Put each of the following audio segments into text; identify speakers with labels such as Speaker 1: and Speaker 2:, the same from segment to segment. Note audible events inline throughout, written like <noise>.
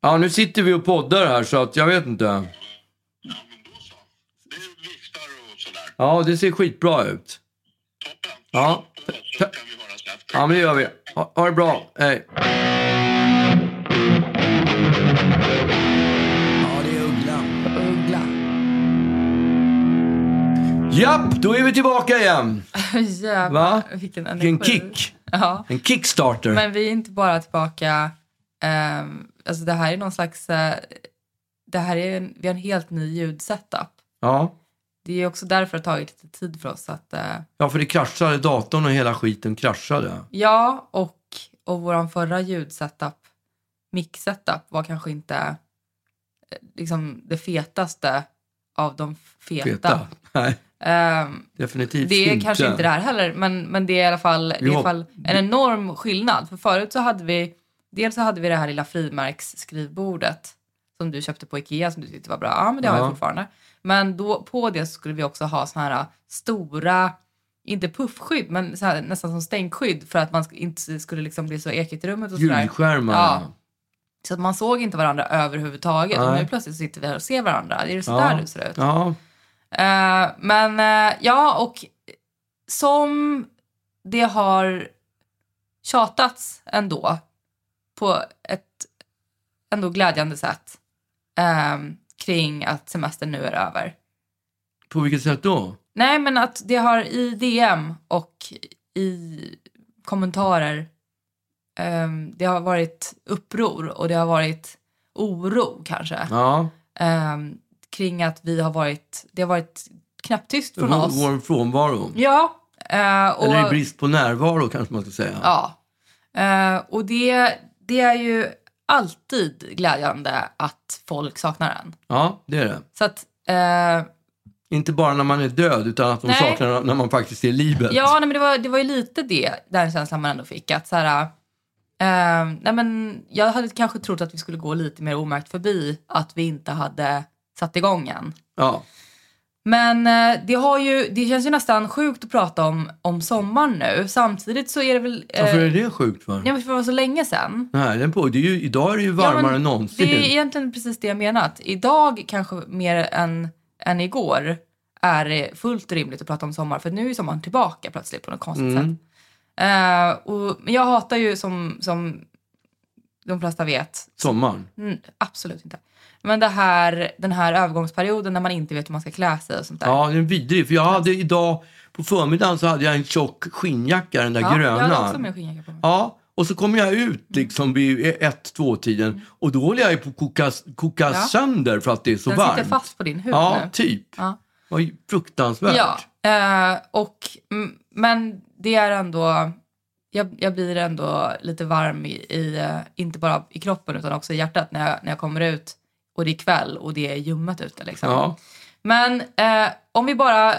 Speaker 1: Ja, nu sitter vi och poddar här så att jag vet inte.
Speaker 2: Ja, men då så. Det viftar och sådär.
Speaker 1: Ja, det ser skitbra ut.
Speaker 2: Toppen.
Speaker 1: Ja.
Speaker 2: Så kan vi höras efter.
Speaker 1: Ja, men det gör vi. Ha, ha det bra. Hej.
Speaker 3: Ja, det är Uggla.
Speaker 4: Uggla.
Speaker 1: Japp, då är vi tillbaka igen.
Speaker 4: <laughs> Jävlar,
Speaker 1: Va?
Speaker 4: vilken energi.
Speaker 1: Vilken kick.
Speaker 4: Ja.
Speaker 1: En kickstarter.
Speaker 4: Men vi är inte bara tillbaka... ehm, alltså det här är någon slags... eh, det här är en, vi har en helt ny ljudsetup.
Speaker 1: Ja.
Speaker 4: Det är också därför det har tagit lite tid för oss att... eh,
Speaker 1: ja, för det kraschade. Datorn och hela skiten kraschade.
Speaker 4: ja, och, och vår förra ljudsetup, mix-setup, var kanske inte eh, liksom det fetaste av de feta.
Speaker 1: Feta. Nej,
Speaker 4: Ehm,
Speaker 1: definitivt
Speaker 4: det är
Speaker 1: inte.
Speaker 4: kanske inte det här heller, men, men det är i alla fall, det är i alla
Speaker 1: hopp-
Speaker 4: fall en enorm skillnad. För förut så hade vi, dels så hade vi det här lilla frimärksskrivbordet som du köpte på Ikea som du tyckte var bra. Ja, men det har
Speaker 1: Ja.
Speaker 4: jag fortfarande. Men då, på det så skulle vi också ha såna här stora, inte puffskydd, men så här, nästan som stänkskydd för att man sk- inte skulle liksom bli så ekigt i rummet och sådär.
Speaker 1: Ljudskärmar.
Speaker 4: Ja. Så att man såg inte varandra överhuvudtaget. Och
Speaker 1: Nej.
Speaker 4: nu plötsligt sitter vi här och ser varandra. Är det så
Speaker 1: Ja.
Speaker 4: där du ser ut?
Speaker 1: Ja.
Speaker 4: Eh, men eh, ja, och som det har tjatats ändå på ett ändå glädjande sätt eh, kring att semestern nu är över.
Speaker 1: På vilket sätt då?
Speaker 4: Nej, men att det har i DM och i kommentarer eh, det har varit uppror och det har varit oro kanske
Speaker 1: Ja.
Speaker 4: eh, kring att vi har varit, det har varit knäpptyst från
Speaker 1: Vår,
Speaker 4: oss.
Speaker 1: vår frånvaro.
Speaker 4: Ja. eh, och,
Speaker 1: Eller i brist på närvaro kanske man ska säga.
Speaker 4: Ja. Eh, och det, det är ju alltid glädjande att folk saknar en.
Speaker 1: Ja, det är det.
Speaker 4: Så att, eh,
Speaker 1: Inte bara när man är död utan att de
Speaker 4: Nej.
Speaker 1: saknar när man faktiskt är i livet.
Speaker 4: ja, nej, men det var, det var ju lite det, den känslan man ändå fick. Att så här, eh, nej, men jag hade kanske trott att vi skulle gå lite mer omärkt förbi att vi inte hade satt igång än.
Speaker 1: Ja.
Speaker 4: Men eh, det, har ju, det känns ju nästan sjukt att prata om, om sommaren nu. Samtidigt så är det väl... eh,
Speaker 1: Varför är det sjukt för?
Speaker 4: ja, men för det var så länge sedan.
Speaker 1: Nej, den på, det är ju, idag är det ju varmare
Speaker 4: men
Speaker 1: än någonsin.
Speaker 4: Det är egentligen precis det jag menat. Idag kanske mer än, än igår är det fullt rimligt att prata om sommar för nu är sommaren tillbaka plötsligt på något konstigt
Speaker 1: Mm.
Speaker 4: sätt. Eh, och, men jag hatar ju som, som de flesta vet,
Speaker 1: Sommaren.
Speaker 4: mm, absolut inte, men det här, den här övergångsperioden när man inte vet hur man ska klä sig och sånt där.
Speaker 1: Ja, den är vidrig. För jag hade idag, på förmiddagen så hade jag en tjock skinnjacka, den där
Speaker 4: Ja, Jag hade också
Speaker 1: gröna.
Speaker 4: min skinnjacka på mig.
Speaker 1: Ja, och så kom jag ut liksom vid ett, två tiden och då håller jag ju på att koka, koka
Speaker 4: Ja.
Speaker 1: sönder för att det är så
Speaker 4: Den
Speaker 1: varmt.
Speaker 4: sitter fast på din hud
Speaker 1: Ja,
Speaker 4: nu.
Speaker 1: typ.
Speaker 4: Ja.
Speaker 1: Det var ju fruktansvärt.
Speaker 4: Ja, eh, och, mm, men det är ändå, jag, jag blir ändå lite varm i, i, eh, inte bara i kroppen utan också i hjärtat när jag, när jag kommer ut och det är kväll och det är ljummet ute. Liksom.
Speaker 1: Ja.
Speaker 4: Men eh, om vi bara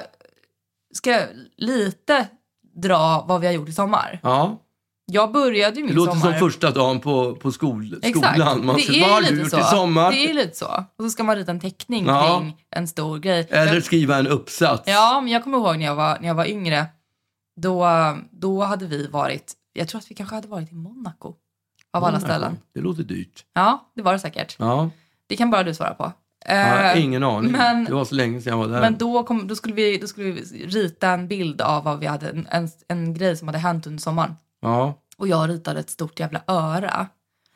Speaker 4: ska lite dra vad vi har gjort i sommar.
Speaker 1: ja.
Speaker 4: Jag började ju
Speaker 1: Det
Speaker 4: min
Speaker 1: låter
Speaker 4: sommar.
Speaker 1: som första dagen på, på skol,
Speaker 4: Exakt.
Speaker 1: skolan. Man
Speaker 4: det
Speaker 1: säger, vad har
Speaker 4: är ju
Speaker 1: du
Speaker 4: lite
Speaker 1: gjort
Speaker 4: så.
Speaker 1: i sommar?
Speaker 4: Det är lite så. Och så ska man rita en teckning
Speaker 1: Ja.
Speaker 4: kring en stor grej.
Speaker 1: Eller
Speaker 4: Jag-
Speaker 1: skriva en uppsats.
Speaker 4: Ja, men jag kommer ihåg när jag var, när jag var yngre. Då, då hade vi varit, jag tror att vi kanske hade varit i Monaco. Av alla ställen.
Speaker 1: <clears throat> Det låter dyrt.
Speaker 4: Ja, det var det säkert.
Speaker 1: Ja,
Speaker 4: Det kan bara du svara på.
Speaker 1: jag har
Speaker 4: Eh,
Speaker 1: ingen aning.
Speaker 4: men-
Speaker 1: det var så länge sedan jag var där.
Speaker 4: men då, kom, då, skulle vi, då skulle vi rita en bild av vad vi hade, en, en, en grej som hade hänt under sommaren.
Speaker 1: ja.
Speaker 4: Och jag ritade ett stort jävla öra.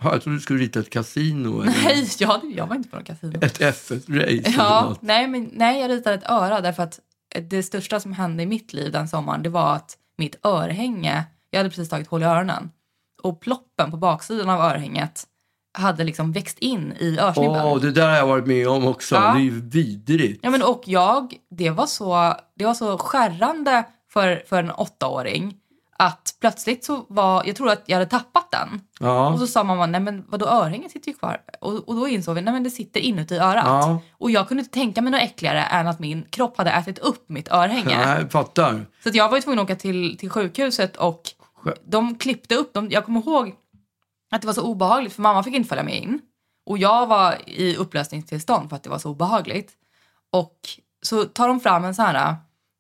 Speaker 1: Ja, Jag trodde du skulle rita ett kasino eller
Speaker 4: <laughs> Nej, jag, jag var inte på något kasino.
Speaker 1: ett F1-race. eller
Speaker 4: Ja,
Speaker 1: något.
Speaker 4: nej, men, nej, jag ritade ett öra därför att det största som hände i mitt liv den sommaren det var att mitt örhänge, jag hade precis tagit hål i öronen och ploppen på baksidan av örhänget hade liksom växt in i örsnibben.
Speaker 1: Åh, det där har jag varit med om också.
Speaker 4: Ja.
Speaker 1: Det är ju vidrigt.
Speaker 4: Ja, men, och jag, det var så, det var så skärrande för, för en åttaåring att plötsligt så var, jag trodde att jag hade tappat den.
Speaker 1: ja.
Speaker 4: Och så sa mamma, nej men vadå örhänget sitter ju kvar. Och, och då insåg vi, nej men det sitter inuti örat.
Speaker 1: Ja.
Speaker 4: Och jag kunde inte tänka mig något äckligare än att min kropp hade ätit upp mitt örhänge.
Speaker 1: Nej, jag fattar.
Speaker 4: Så att jag var ju tvungen att åka till, till sjukhuset och
Speaker 1: Sjö-
Speaker 4: de klippte upp dem. Jag kommer ihåg att det var så obehagligt för mamma fick inte följa med in. Och jag var i upplösningstillstånd för att det var så obehagligt. Och så tar de fram en sån här,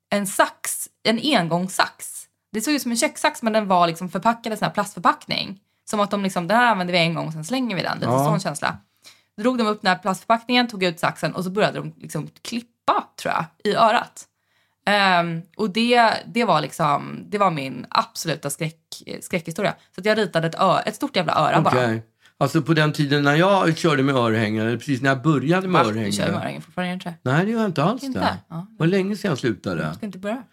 Speaker 4: en sax, en engångssax. Det såg ut som en kökssax men den var liksom förpackad i sån här plastförpackning. Som att de liksom, den här använder vi en gång sen slänger vi den. Lite
Speaker 1: Ja.
Speaker 4: sån känsla. drog de upp den här plastförpackningen, tog ut saxen och så började de liksom klippa, tror jag, i örat. Ehm, och det, det var liksom, det var min absoluta skräck, skräckhistoria. Så att jag ritade ett, ö, ett stort jävla öra bara.
Speaker 1: Okej. Alltså på den tiden när jag körde med örhängare, eller precis när jag började med
Speaker 4: Va? Du kör ju
Speaker 1: örhängare.
Speaker 4: örhängen fortfarande, inte
Speaker 1: Nej, det gör jag inte alls.
Speaker 4: Inte?
Speaker 1: Det
Speaker 4: Ja.
Speaker 1: var länge sedan jag
Speaker 4: Du
Speaker 1: slutade.
Speaker 4: ska inte börja.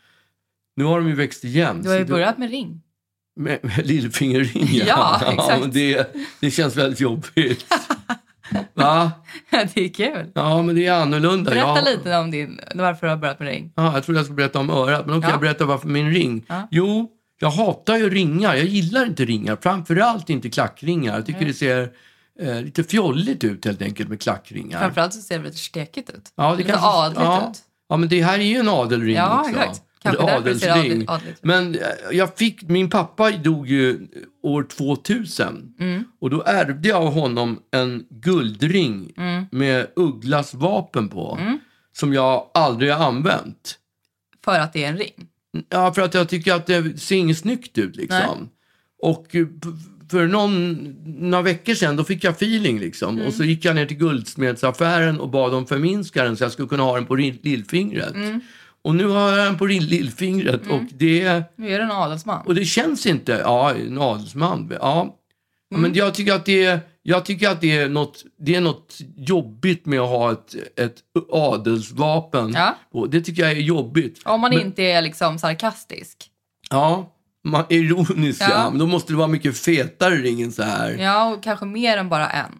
Speaker 1: Nu har de ju växt igen.
Speaker 4: Du har ju
Speaker 1: så då-
Speaker 4: börjat med ring. <laughs>
Speaker 1: Med, med lillfingerringen? <laughs>
Speaker 4: Ja, exakt.
Speaker 1: men det, det känns väldigt
Speaker 4: <laughs>
Speaker 1: jobbigt. Va?
Speaker 4: det är kul.
Speaker 1: Ja, men det är annorlunda.
Speaker 4: Berätta
Speaker 1: jag,
Speaker 4: lite om din, varför du har börjat med ring.
Speaker 1: Ja, jag trodde jag skulle berätta om örat, men då kan
Speaker 4: Ja.
Speaker 1: jag berätta varför min ring.
Speaker 4: Ja.
Speaker 1: Jo, jag hatar ju ringar. Jag gillar inte ringar, framförallt inte klackringar. Jag
Speaker 4: Mm.
Speaker 1: tycker det ser eh, lite fjolligt ut helt enkelt med klackringar.
Speaker 4: Framförallt så ser det lite stekigt ut.
Speaker 1: Ja,
Speaker 4: lite
Speaker 1: kanske-
Speaker 4: adligt
Speaker 1: ja.
Speaker 4: ut.
Speaker 1: Ja, men det här är ju en adelring
Speaker 4: Ja,
Speaker 1: också.
Speaker 4: exakt. Kanske
Speaker 1: Eller
Speaker 4: därför det ser
Speaker 1: adelsring.
Speaker 4: adligt- adligt ut.
Speaker 1: Men eh, jag fick, min pappa dog ju år 2000
Speaker 4: Mm.
Speaker 1: och då ärvde jag av honom en guldring
Speaker 4: Mm.
Speaker 1: med Ugglas vapen på som jag aldrig har använt.
Speaker 4: För att det är en ring.
Speaker 1: Ja, för att jag tycker att det ser inget snyggt ut liksom. Och eh, p- för någon, några veckor sedan då fick jag feeling liksom. Och så gick jag ner till guldsmedsaffären och bad dem förminska den så jag skulle kunna ha den på rill- lillfingret. Och nu har jag den på rill- lillfingret och, det,
Speaker 4: Nu är du en adelsman.
Speaker 1: och det känns inte... Ja, en adelsman. Ja. Men jag tycker att det är... Jag tycker att det är, något, det är något jobbigt med att ha ett, ett adelsvapen.
Speaker 4: Ja.
Speaker 1: Och det tycker jag är jobbigt.
Speaker 4: Om man
Speaker 1: Men-
Speaker 4: inte är liksom sarkastisk.
Speaker 1: Ja, man, ironiskt ja.
Speaker 4: Ja.
Speaker 1: Men då måste det vara mycket fetare ring än så här. Ja,
Speaker 4: Ja, och kanske mer än bara en.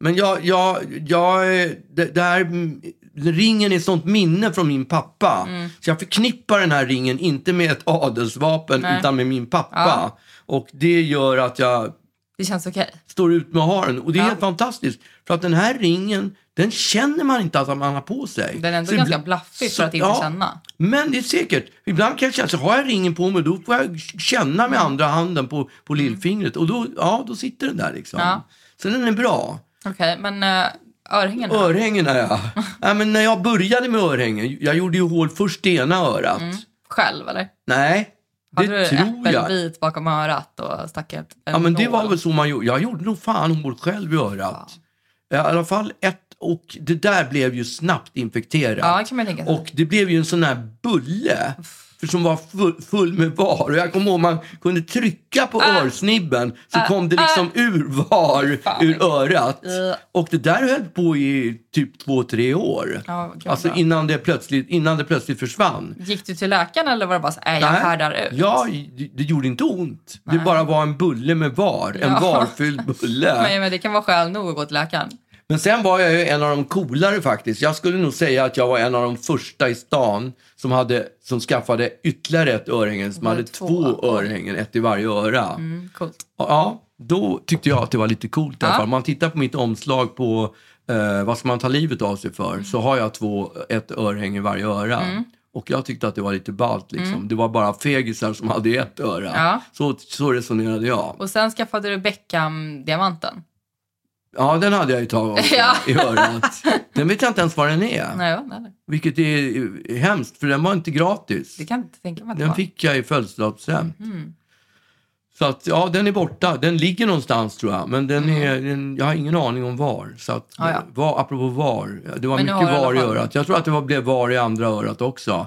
Speaker 1: men jag, jag, jag eh, det, det här, mm, ringen är ett sånt minne från min pappa.
Speaker 4: Mm.
Speaker 1: Så jag förknippar den här ringen inte med ett adelsvapen
Speaker 4: Nej.
Speaker 1: utan med min pappa. Och det gör att jag
Speaker 4: Det känns okej.
Speaker 1: står ut med att ha den. Och det är
Speaker 4: Ja.
Speaker 1: helt fantastiskt. För att den här ringen, den känner man inte att man har på sig.
Speaker 4: Den är ändå
Speaker 1: Så
Speaker 4: ganska
Speaker 1: ibla-
Speaker 4: blaffig
Speaker 1: så-
Speaker 4: för att inte
Speaker 1: ja.
Speaker 4: känna.
Speaker 1: Men det är säkert. Ibland kan jag känna så har jag ringen på mig då får jag känna
Speaker 4: Mm.
Speaker 1: med andra handen på, på lillfingret. Och då, ja, då sitter den där liksom.
Speaker 4: Ja.
Speaker 1: Så den är bra.
Speaker 4: Okej, men uh, örhängen då?
Speaker 1: Örhängena
Speaker 4: <laughs>
Speaker 1: ja. ja men när jag började med örhängen, jag gjorde ju hål först i ena örat.
Speaker 4: Själv eller?
Speaker 1: Nej, det
Speaker 4: Hade Mm. du
Speaker 1: tror jag.
Speaker 4: äppelbit bakom örat och stack ett en
Speaker 1: Ja, men det
Speaker 4: nål?
Speaker 1: var väl så man gjorde. Jag gjorde nog fan hål själv i örat. I alla fall ett. Och det där blev ju snabbt infekterat.
Speaker 4: Ja, det kan man ju tänka sig.
Speaker 1: Och det blev ju en sån här bulle för som var full, full med var. Och jag kommer ihåg man kunde trycka på
Speaker 4: Ah.
Speaker 1: örsnibben så kom det liksom ur var
Speaker 4: Fan.
Speaker 1: ur örat.
Speaker 4: Ja.
Speaker 1: Och det där höll på i typ två, tre år.
Speaker 4: Ja, gud,
Speaker 1: Alltså
Speaker 4: bra.
Speaker 1: innan det plötsligt, innan det plötsligt försvann.
Speaker 4: Gick du till läkaren eller var det bara så nej jag
Speaker 1: Nej.
Speaker 4: härdar ut?
Speaker 1: Ja, det, det gjorde inte ont. Det bara var en bulle med var. En
Speaker 4: Ja.
Speaker 1: varfylld bulle.
Speaker 4: <laughs> Men, men det kan vara skäl nog att gå till läkaren.
Speaker 1: Men sen var jag ju en av de coolare faktiskt. Jag skulle nog säga att jag var en av de första i stan som, hade, som skaffade ytterligare ett örhänge. Som
Speaker 4: Var det
Speaker 1: hade
Speaker 4: två?
Speaker 1: två örhängen, ett i varje öra.
Speaker 4: Mm, coolt.
Speaker 1: Ja, då tyckte jag att det var lite coolt i alla
Speaker 4: Ja.
Speaker 1: fall. Om man tittar på mitt omslag på eh, vad ska man ta livet av sig för
Speaker 4: Mm.
Speaker 1: så har jag två, ett örhänge i varje öra. Och jag tyckte att det var lite ballt liksom. Det var bara fegisar som hade ett öra.
Speaker 4: Mm. Ja.
Speaker 1: Så, så resonerade jag.
Speaker 4: Och sen skaffade du Beckham-diamanten.
Speaker 1: Ja, den hade jag ju tagit också,
Speaker 4: <laughs> Ja.
Speaker 1: i örat. Den vet jag inte ens var den är.
Speaker 4: Nej, va? nej,
Speaker 1: Vilket är hemskt, för den var inte gratis.
Speaker 4: det kan jag inte tänka mig att det
Speaker 1: Den
Speaker 4: Mm. var.
Speaker 1: fick jag i födelsedagspresent. Så att, ja, den är borta. Den ligger någonstans tror jag, men den är, den, jag har ingen aning om var. Så att,
Speaker 4: Ja, ja.
Speaker 1: Var, apropå var, det var
Speaker 4: Men nu
Speaker 1: mycket
Speaker 4: har du i alla
Speaker 1: var i
Speaker 4: fall-
Speaker 1: örat. Jag tror att det var, blev var i andra örat också.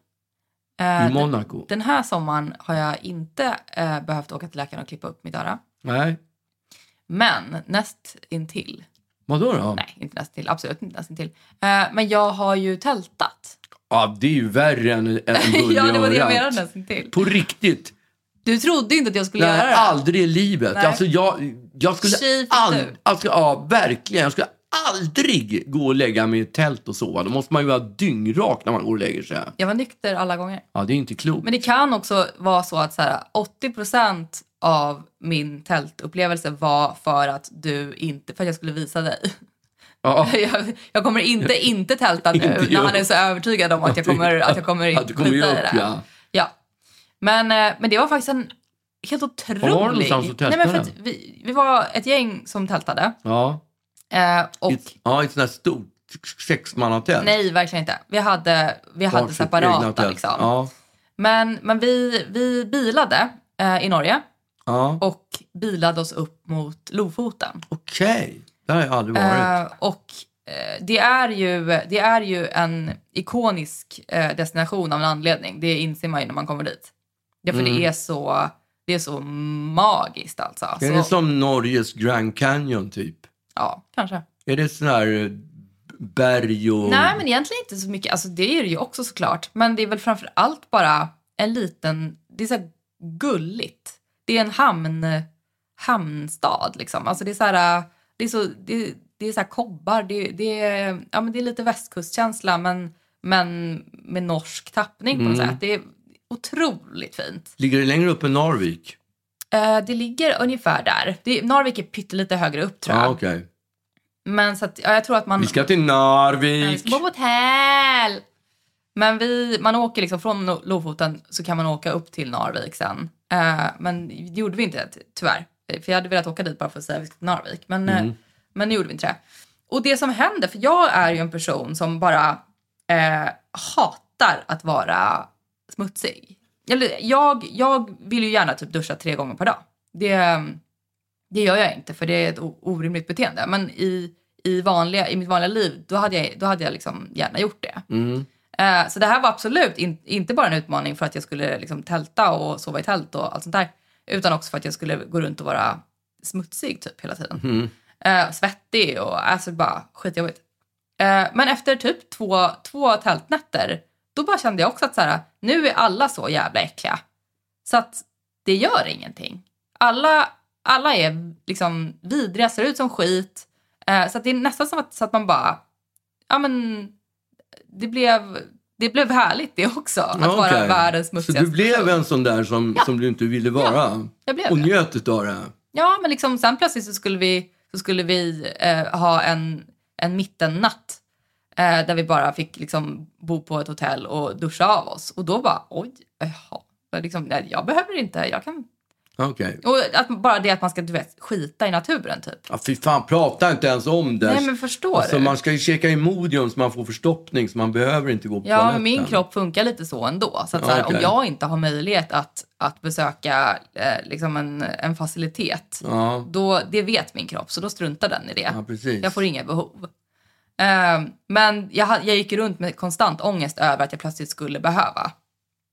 Speaker 4: eh,
Speaker 1: I Monaco.
Speaker 4: Den här sommaren har jag inte eh, behövt åka till läkaren och klippa upp mitt öra.
Speaker 1: Nej.
Speaker 4: Men näst intill.
Speaker 1: Vadå då?
Speaker 4: Nej, inte näst intill. Absolut inte näst intill. Eh, men jag har ju tältat.
Speaker 1: Ja, det är ju värre än en bulle
Speaker 4: <laughs> ja, det var det jag
Speaker 1: i örat.
Speaker 4: menade näst intill.
Speaker 1: På riktigt.
Speaker 4: Du trodde inte att jag skulle göra
Speaker 1: Nej,
Speaker 4: det.
Speaker 1: aldrig i livet.
Speaker 4: Nej.
Speaker 1: Alltså jag, jag skulle
Speaker 4: Tji fick du.
Speaker 1: aldrig, alltså, ja verkligen, jag skulle aldrig gå och lägga mig i ett tält och sova. Då måste man ju vara dyngrak när man går och lägger sig.
Speaker 4: Jag var nykter alla gånger.
Speaker 1: Ja, det är inte klokt.
Speaker 4: Men det kan också vara så att så här, 80% av min tältupplevelse var för att du inte, för att jag skulle visa dig. <laughs>
Speaker 1: ja,
Speaker 4: Jag, jag kommer inte inte tälta
Speaker 1: <laughs>
Speaker 4: nu
Speaker 1: Inte
Speaker 4: när
Speaker 1: jag.
Speaker 4: han är så övertygad om att jag kommer, att jag kommer
Speaker 1: att du kommer ge
Speaker 4: skita i
Speaker 1: upp,
Speaker 4: det
Speaker 1: <laughs>
Speaker 4: här.
Speaker 1: ja.
Speaker 4: Ja. Men, eh, men det var faktiskt en helt
Speaker 1: var
Speaker 4: otrolig...
Speaker 1: någonstans du
Speaker 4: Nej, men för att
Speaker 1: tältade?
Speaker 4: vi, vi var ett gäng som tältade.
Speaker 1: Ja,
Speaker 4: Eh, och
Speaker 1: Ett- ja, ett sånt här stort sexmannatält.
Speaker 4: Nej, verkligen inte. Vi hade, vi hade
Speaker 1: Varsitt egna
Speaker 4: separata
Speaker 1: tält.
Speaker 4: liksom.
Speaker 1: Ja,
Speaker 4: Men, men vi, vi bilade eh, i Norge
Speaker 1: ja.
Speaker 4: och bilade oss upp mot Lofoten.
Speaker 1: okej. Det har jag aldrig varit.
Speaker 4: Eh, och eh, det är, ju, det är ju en ikonisk eh, destination av en anledning. Det inser man ju när man kommer dit. Ja, för det, är så, det är så magiskt alltså.
Speaker 1: Mm. är
Speaker 4: så,
Speaker 1: det som Norges Grand Canyon typ?
Speaker 4: Ja, kanske.
Speaker 1: Är det sån här eh, berg och...
Speaker 4: Nej, men egentligen inte så mycket. Alltså, det är det ju också såklart. Men det är väl framför allt bara en liten... Det är så här gulligt. Det är en hamn, hamnstad. Liksom. Alltså, det är så här... äh, Det är, så, det, det är så här kobbar. Det, det, är, ja, men det är lite västkustkänsla, men, men med norsk tappning på något
Speaker 1: Mm.
Speaker 4: sätt. Det är otroligt fint.
Speaker 1: Ligger det längre upp än Narvik?
Speaker 4: Eh, det ligger ungefär där. Det, är- Narvik är pyttelite högre upp, tror jag.
Speaker 1: Ja, okej.
Speaker 4: Men så att, ja, jag tror att man...
Speaker 1: Vi ska till
Speaker 4: Nej, Vi
Speaker 1: Narvik!
Speaker 4: ska bo på hotell! Men vi, man åker liksom från Lo- Lofoten så kan man åka upp till Narvik sen. Eh, men det gjorde vi inte ty- tyvärr. Eh, För jag hade velat åka dit bara för att säga att vi ska till Narvik. Men, eh, men det gjorde vi inte det. Och det som hände, för jag är ju en person som bara eh, hatar att vara smutsig. Eller, jag, jag vill ju gärna typ duscha tre gånger per dag. Det, ehm, det gör jag inte för det är ett o- orimligt beteende. Men i, i, vanliga, i mitt vanliga liv då hade jag, då hade jag liksom gärna gjort det.
Speaker 1: Mm.
Speaker 4: Eh, så det här var absolut in, inte bara en utmaning för att jag skulle liksom tälta och sova i tält och allt sånt där. Utan också för att jag skulle gå runt och vara smutsig typ hela tiden. Eh, svettig och alltså bara skitjobbigt. Eh, men efter typ två, två tältnätter då bara kände jag också att så här, nu är alla så jävla äckliga. Så att det gör ingenting. Alla, alla är liksom vidriga, ser ut som skit. Eh, så att det är nästan som att, så att man bara, ja men det blev, det blev härligt det också. Att
Speaker 1: Ja,
Speaker 4: vara
Speaker 1: okej.
Speaker 4: världens
Speaker 1: Så
Speaker 4: smutsigaste
Speaker 1: du blev
Speaker 4: person.
Speaker 1: en sån där som, som du inte ville vara?
Speaker 4: jag blev
Speaker 1: och
Speaker 4: det.
Speaker 1: njöt utav det?
Speaker 4: Ja, men liksom, sen plötsligt så skulle vi, så skulle vi eh, ha en, en mittennatt eh, där vi bara fick liksom, bo på ett hotell och duscha av oss. Och då bara, oj, jaha. Men Liksom, nej, jag behöver inte, jag kan...
Speaker 1: Okej.
Speaker 4: Och att, bara det att man ska du vet, skita i naturen typ.
Speaker 1: Ja, fy fan, prata inte ens om det.
Speaker 4: Nej men förstår
Speaker 1: alltså,
Speaker 4: du?
Speaker 1: man ska ju checka Imodium så man får förstoppning så man behöver inte gå på
Speaker 4: Ja,
Speaker 1: toaletten.
Speaker 4: men min kropp funkar lite så ändå. Så att,
Speaker 1: Ja,
Speaker 4: så här, om
Speaker 1: okej.
Speaker 4: jag inte har möjlighet att, att besöka eh, liksom en, en facilitet,
Speaker 1: Ja,
Speaker 4: då, det vet min kropp, så då struntar den i det.
Speaker 1: ja precis.
Speaker 4: Jag får inga behov. Ehm, men jag, ha- jag gick runt med konstant ångest över att jag plötsligt skulle behöva.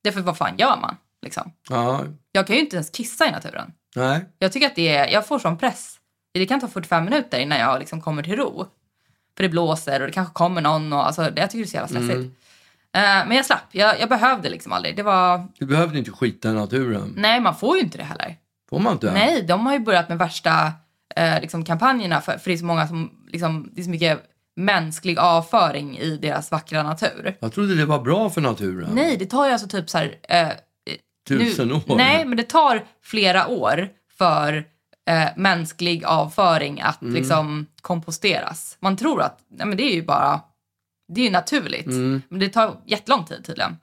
Speaker 4: Därför vad fan gör man? Liksom?
Speaker 1: Ja,
Speaker 4: Jag kan ju inte ens kissa i naturen.
Speaker 1: nej.
Speaker 4: Jag tycker att det är, jag får sån press. Det kan ta 45 minuter innan jag liksom kommer till ro. För det blåser och det kanske kommer någon. Och, alltså, det- jag tycker det är så jävla stressigt. Ehm, men jag slapp. Jag, jag behövde liksom aldrig. Det var,
Speaker 1: Du behövde inte skita i naturen.
Speaker 4: nej, man får ju inte det heller.
Speaker 1: Får man inte?
Speaker 4: Mm. Nej, de har ju börjat med värsta eh, liksom, kampanjerna för, för det är så många som, liksom, det är så mycket mänsklig avföring i deras vackra natur.
Speaker 1: Jag trodde det var bra för naturen.
Speaker 4: Nej, det tar ju alltså typ så här... Eh, eh,
Speaker 1: Tusen
Speaker 4: nu,
Speaker 1: år.
Speaker 4: Nej, men det tar flera år för eh, mänsklig avföring att
Speaker 1: Mm.
Speaker 4: liksom komposteras. Man tror att nej,
Speaker 1: Mm.
Speaker 4: men det är ju bara, det är ju naturligt. Men det tar jättelång tid tydligen.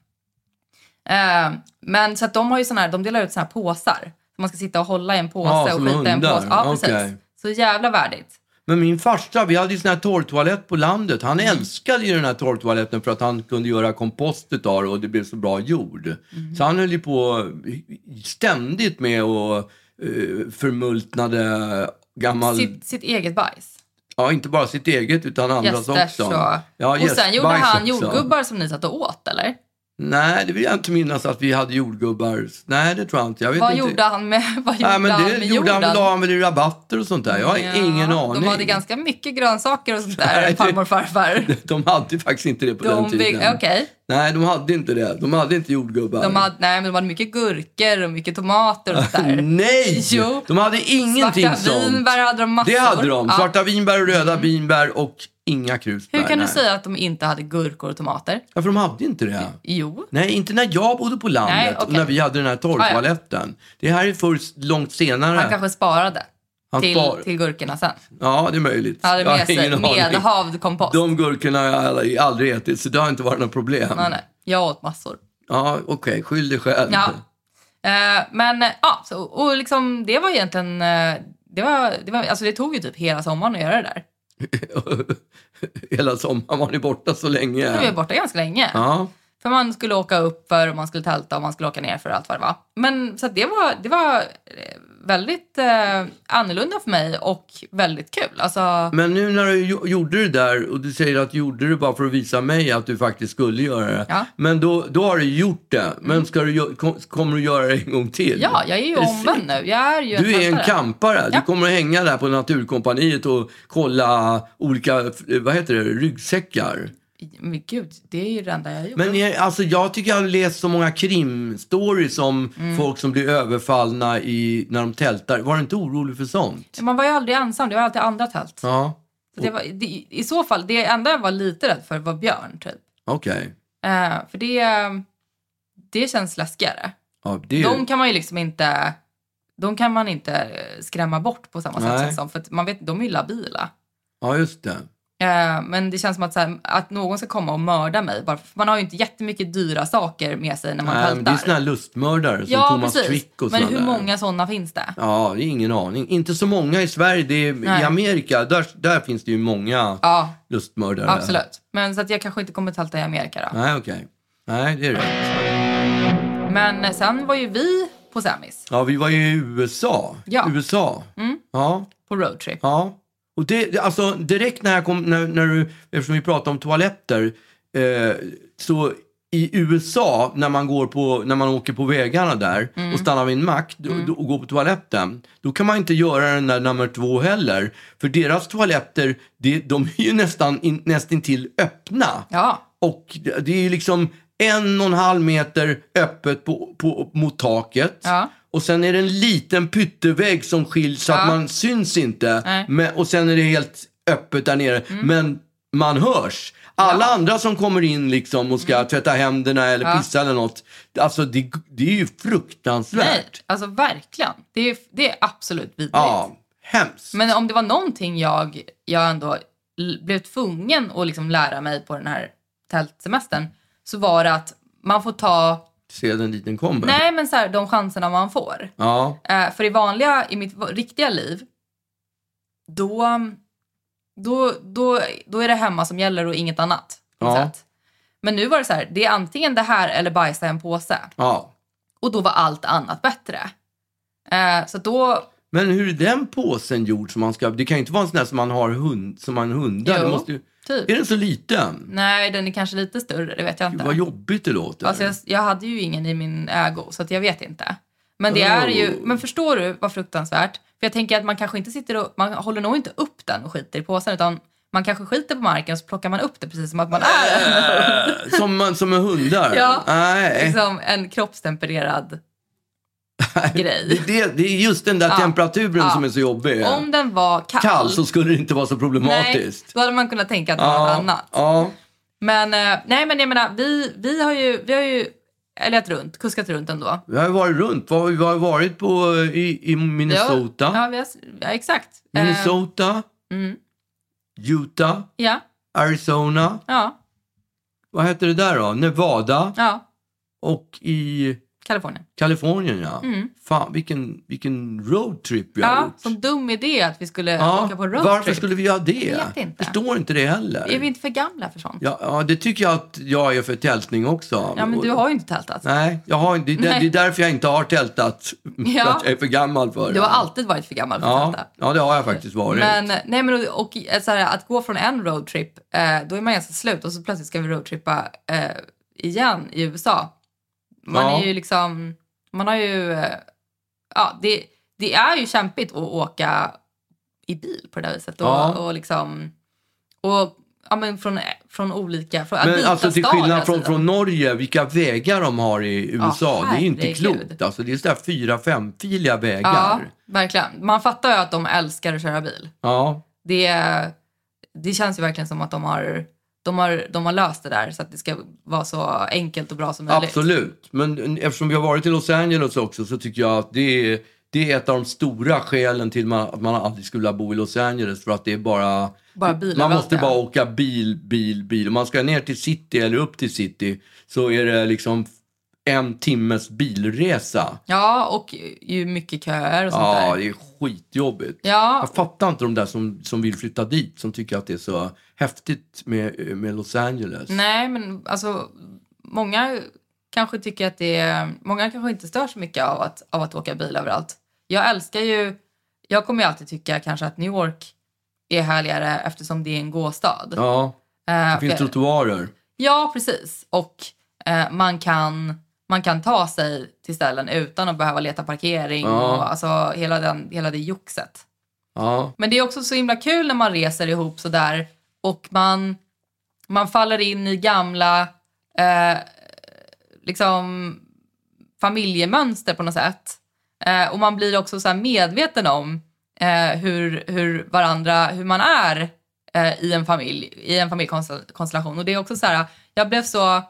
Speaker 4: Eh, men så att de har ju såna här, de delar ut såna här påsar. Så man ska sitta och hålla i en påse
Speaker 1: Ja,
Speaker 4: och
Speaker 1: som
Speaker 4: skita i en
Speaker 1: hundar.
Speaker 4: påse. Ja, precis.
Speaker 1: Okej.
Speaker 4: Så jävla värdigt.
Speaker 1: Men min farsa, vi hade ju sån här torrtoalett på landet. Han
Speaker 4: Mm.
Speaker 1: älskade ju den här torrtoaletten för att han kunde göra kompost utav det och det blev så bra jord.
Speaker 4: Mm.
Speaker 1: Så han höll ju på ständigt med och eh, förmultnade gammal...
Speaker 4: Sitt, sitt eget bajs.
Speaker 1: Ja, inte bara sitt eget utan andras
Speaker 4: Gästers
Speaker 1: också.
Speaker 4: och...
Speaker 1: Ja,
Speaker 4: och sen gjorde
Speaker 1: gästbajs
Speaker 4: han
Speaker 1: också.
Speaker 4: jordgubbar som ni satt och åt eller?
Speaker 1: Nej, det vill jag inte minnas att vi hade jordgubbar. Nej, det tror jag inte. Jag vet
Speaker 4: Vad
Speaker 1: inte.
Speaker 4: gjorde han med, <laughs> vad gjorde
Speaker 1: Nej, men
Speaker 4: han
Speaker 1: det
Speaker 4: med
Speaker 1: gjorde han,
Speaker 4: jorden?
Speaker 1: väl- la han väl i rabatter och sånt där. Jag har ingen
Speaker 4: Ja,
Speaker 1: aning.
Speaker 4: De hade ganska mycket grönsaker och sånt
Speaker 1: Nej,
Speaker 4: där,
Speaker 1: <laughs> det-
Speaker 4: farmor och farfar.
Speaker 1: <laughs> De hade ju faktiskt inte det på den
Speaker 4: De
Speaker 1: tiden.
Speaker 4: bygg... Okej.
Speaker 1: Nej, de hade inte det. De hade inte jordgubbar.
Speaker 4: De hade, nej, men de hade mycket gurkor och mycket tomater och sådär.
Speaker 1: <laughs> Nej!
Speaker 4: Jo.
Speaker 1: De hade ingenting
Speaker 4: Svarta
Speaker 1: sånt.
Speaker 4: vinbär hade de massor.
Speaker 1: Det hade de.
Speaker 4: Ja.
Speaker 1: Svarta vinbär och röda vinbär och inga krusbär.
Speaker 4: Hur kan
Speaker 1: nej.
Speaker 4: du säga att de inte hade gurkor och tomater?
Speaker 1: Ja, för de hade inte det.
Speaker 4: Jo.
Speaker 1: Nej, inte när jag bodde på landet
Speaker 4: Nej,
Speaker 1: och
Speaker 4: okej.
Speaker 1: när vi hade den här torrtoaletten. Det här är först långt senare.
Speaker 4: Han kanske sparade
Speaker 1: Han
Speaker 4: till,
Speaker 1: spar-
Speaker 4: till gurkorna sen.
Speaker 1: Ja, det är möjligt.
Speaker 4: Hade
Speaker 1: Jag har
Speaker 4: med sig
Speaker 1: ingen aning.
Speaker 4: medhavd kompost.
Speaker 1: De gurkorna har jag aldrig- aldrig ätit, så det har inte varit något problem.
Speaker 4: Nej, nej. Jag åt massor.
Speaker 1: Ja, okej. Skyll dig själv.
Speaker 4: Ja. Eh, men eh, ja, så, och liksom, det var egentligen... eh, det, var, det, var, alltså, det tog ju typ hela sommaren att göra det där.
Speaker 1: <laughs> Hela sommaren var ni borta så länge.
Speaker 4: Vi var borta ganska länge.
Speaker 1: Ja.
Speaker 4: För man skulle åka upp för och man skulle tälta och man skulle åka ner för allt vad det var. Men så att det var, det var eh, väldigt eh, annorlunda för mig och väldigt kul. Alltså,
Speaker 1: Men nu när du gjo- gjorde det där och du säger att du gjorde det bara för att visa mig att du faktiskt skulle göra det.
Speaker 4: Ja. Mm.
Speaker 1: Men då, då har du gjort det. Men ska du, gö- kom- kommer du göra det en gång till?
Speaker 4: ja, jag är ju
Speaker 1: Precis.
Speaker 4: omvänd nu. Jag är ju
Speaker 1: Du är en
Speaker 4: tältare.
Speaker 1: kampare.
Speaker 4: Ja.
Speaker 1: Du kommer att hänga där på Naturkompaniet och kolla olika, eh, vad heter det, ryggsäckar.
Speaker 4: Men gud, det är ju det enda jag gjort.
Speaker 1: Men jag, alltså, jag tycker jag har läst så många krimstories om
Speaker 4: Mm.
Speaker 1: folk som blir överfallna i, när de tältar. Var du inte orolig för sånt?
Speaker 4: Man var ju aldrig ensam, det var alltid andra tält.
Speaker 1: Ja,
Speaker 4: Så Det var, det, I så fall, det enda jag var lite rädd för var björn typ.
Speaker 1: okej.
Speaker 4: Eh, för det, det känns läskigare.
Speaker 1: Ja, det,
Speaker 4: De kan man ju liksom inte... De kan man inte eh, skrämma bort på samma sätt
Speaker 1: Nej.
Speaker 4: känns som, för att man vet, de är ju labila.
Speaker 1: ja, just det.
Speaker 4: Eh, Men det känns som att, så här, att någon ska komma och mörda mig. Bara för, man har ju inte jättemycket dyra saker med sig när man
Speaker 1: Nej, men Ehm, det är
Speaker 4: tältar.
Speaker 1: såna här lustmördare som
Speaker 4: ja,
Speaker 1: Thomas
Speaker 4: precis.
Speaker 1: Quick och
Speaker 4: Men
Speaker 1: såna
Speaker 4: hur
Speaker 1: där.
Speaker 4: många sådana finns det?
Speaker 1: Ja, det är ingen aning. Inte så många i Sverige. Det är,
Speaker 4: Nej.
Speaker 1: I Amerika, där, där finns det ju många
Speaker 4: Ja,
Speaker 1: lustmördare.
Speaker 4: absolut. Men så att jag kanske inte kommer tälta i Amerika då.
Speaker 1: Nej, okej. Nej, det är rätt.
Speaker 4: Men eh, sen var ju vi på Samis,
Speaker 1: Ja, vi var ju i USA.
Speaker 4: Ja. Mm.
Speaker 1: USA. Ja,
Speaker 4: på roadtrip.
Speaker 1: ja. Och det, det- alltså direkt när jag kom, när, när du, eftersom vi pratade om toaletter, eh, så i USA när man, går på, när man åker på vägarna där och stannar vid en mack d- d- och går på toaletten, då kan man inte göra den där nummer två heller. För deras toaletter, det, de är ju nästan in, nästintill öppna.
Speaker 4: Ja,
Speaker 1: Och det- det är ju liksom en och en halv meter öppet på, på, mot taket.
Speaker 4: Ja.
Speaker 1: Och sen är det en liten pyttevägg som skiljs så att
Speaker 4: Ja.
Speaker 1: man syns inte.
Speaker 4: Nej. Mm.
Speaker 1: Men, och sen är det helt öppet där nere. Men man hörs. Alla andra som kommer in liksom och ska tvätta händerna eller
Speaker 4: Mm. Ja.
Speaker 1: pissa eller något. Alltså det, det är ju fruktansvärt.
Speaker 4: nej. Alltså verkligen. Det är, det är absolut vidrigt.
Speaker 1: Ja, hemskt.
Speaker 4: Men om det var någonting jag, jag ändå l- blev tvungen att liksom lära mig på den här tältsemestern så var det att man får ta,
Speaker 1: Se den dit den kommer.
Speaker 4: nej men så här, de chanserna man får.
Speaker 1: Ja,
Speaker 4: Eh, för i vanliga, i mitt va- riktiga liv, då, då, då, då är det hemma som gäller och inget annat. på något
Speaker 1: Ja.
Speaker 4: sätt. Men nu var det så här, det är antingen det här eller bajsa i en påse.
Speaker 1: ja.
Speaker 4: Och då var allt annat bättre. Eh, så då
Speaker 1: Men hur är den påsen gjord? Som man ska, det kan ju inte vara en sån där som man har hund, som man hundar.
Speaker 4: Jo,
Speaker 1: Det måste ju,
Speaker 4: typ.
Speaker 1: Är den så liten?
Speaker 4: Nej, den är kanske lite större, det vet jag
Speaker 1: Gud,
Speaker 4: inte.
Speaker 1: vad jobbigt det låter.
Speaker 4: Alltså jag, jag hade ju ingen i min ägo, så att jag vet inte. Men det är ju,
Speaker 1: Oh.
Speaker 4: men förstår du vad fruktansvärt? För jag tänker att man kanske inte sitter och, man håller nog inte upp den och skiter i påsen utan man kanske skiter på marken och så plockar man upp det precis som att man är en,
Speaker 1: Äh, som, man, som med hundar?
Speaker 4: Ja,
Speaker 1: Nej.
Speaker 4: <laughs> liksom,
Speaker 1: <laughs>
Speaker 4: en kroppstempererad grej.
Speaker 1: Det, det, det är just den där
Speaker 4: Ja.
Speaker 1: temperaturen
Speaker 4: Ja.
Speaker 1: som är så jobbig.
Speaker 4: Om den var kall,
Speaker 1: Kall så skulle det inte vara så
Speaker 4: nej,
Speaker 1: problematiskt.
Speaker 4: då hade man kunnat tänka att det var något annat.
Speaker 1: ja.
Speaker 4: Men eh, nej men jag menar, vi, vi har ju, vi har ju älgat runt, kuskat runt ändå.
Speaker 1: Vi har ju varit runt. Vi har- Vi har varit på, eh, i, i
Speaker 4: Vi har-
Speaker 1: Minnesota,
Speaker 4: Ja, vi har, ja exakt. Eh,
Speaker 1: Minnesota,
Speaker 4: mm.
Speaker 1: Utah,
Speaker 4: Eh, ja,
Speaker 1: Arizona.
Speaker 4: ja,
Speaker 1: Vad heter det där då? Nevada
Speaker 4: ja.
Speaker 1: och i
Speaker 4: Kalifornien.
Speaker 1: Kalifornien. Ja. Fan, vilken, vilken roadtrip vi har
Speaker 4: Mm. Ja,
Speaker 1: gjort.
Speaker 4: som dum idé att vi skulle
Speaker 1: Ja,
Speaker 4: åka på
Speaker 1: varför
Speaker 4: roadtrip.
Speaker 1: skulle vi göra det?
Speaker 4: Jag vet inte.
Speaker 1: förstår inte det heller.
Speaker 4: Är vi inte för gamla för sånt?
Speaker 1: ja, ja, det tycker jag att jag är för tältning också.
Speaker 4: Ja, men du har ju inte tältat.
Speaker 1: Nej, jag har, det, det, det
Speaker 4: Nej.
Speaker 1: är därför jag inte har tältat.
Speaker 4: Ja.
Speaker 1: För att jag är för gammal för det.
Speaker 4: Du har alltid varit för gammal för att
Speaker 1: ja,
Speaker 4: tälta.
Speaker 1: ja, det har jag faktiskt varit.
Speaker 4: Men, nej, men och, och eh, så här, att gå från en roadtrip, eh, då är man ganska slut och så plötsligt ska vi roadtrippa eh, igen i USA. Man
Speaker 1: Ja.
Speaker 4: är ju liksom, man har ju, eh, ja det, det är ju kämpigt att åka i bil på det där viset. Och,
Speaker 1: Ja.
Speaker 4: och liksom, och ja men från, från olika, från, att
Speaker 1: Men
Speaker 4: byta
Speaker 1: alltså till
Speaker 4: stad hela
Speaker 1: skillnad från,
Speaker 4: tiden.
Speaker 1: från Norge, vilka vägar de har i USA. det är ju inte
Speaker 4: herregud.
Speaker 1: klokt. Alltså, det är sådär fyra, femfiliga
Speaker 4: Ja,
Speaker 1: vägar.
Speaker 4: verkligen. Man fattar ju att de älskar att köra bil.
Speaker 1: Ja.
Speaker 4: det, det känns ju verkligen som att de har, de, har, de har löst det där så att det ska vara så enkelt och bra som möjligt.
Speaker 1: Absolut. Men eftersom vi har varit i Los Angeles också så tycker jag att det är, det är ett av de stora skälen till man, att man aldrig skulle vilja bo i Los Angeles. För att det är bara...
Speaker 4: Bara bilar
Speaker 1: man måste bara
Speaker 4: överallt,
Speaker 1: åka bil, bil, bil. Om man ska ner till city eller upp till city så är det liksom en timmes bilresa.
Speaker 4: Ja, och ju mycket köer och sånt
Speaker 1: Ja,
Speaker 4: där.
Speaker 1: det är skitjobbigt.
Speaker 4: Ja,
Speaker 1: Jag fattar inte de där som, som vill flytta dit, som tycker att det är så häftigt med, med Los Angeles.
Speaker 4: nej men alltså många kanske tycker att det är, många kanske inte stör så mycket av att, av att åka bil överallt. Jag älskar ju, jag kommer ju alltid tycka kanske att New York är härligare eftersom det är en gåstad.
Speaker 1: Ja,
Speaker 4: Eh,
Speaker 1: det finns
Speaker 4: för-
Speaker 1: trottoarer.
Speaker 4: Ja, precis. Och eh, man, kan, man kan ta sig till ställen utan att behöva leta parkering
Speaker 1: Ja.
Speaker 4: och alltså, hela, den, hela det joxet.
Speaker 1: Ja,
Speaker 4: Men det är också så himla kul när man reser ihop sådär och man, man faller in i gamla eh, liksom familjemönster på något sätt. Eh, och man blir också så här medveten om eh, hur, hur varandra, hur man är eh, i en familj, i en familjekonstellation. Och det är också så här, jag blev så,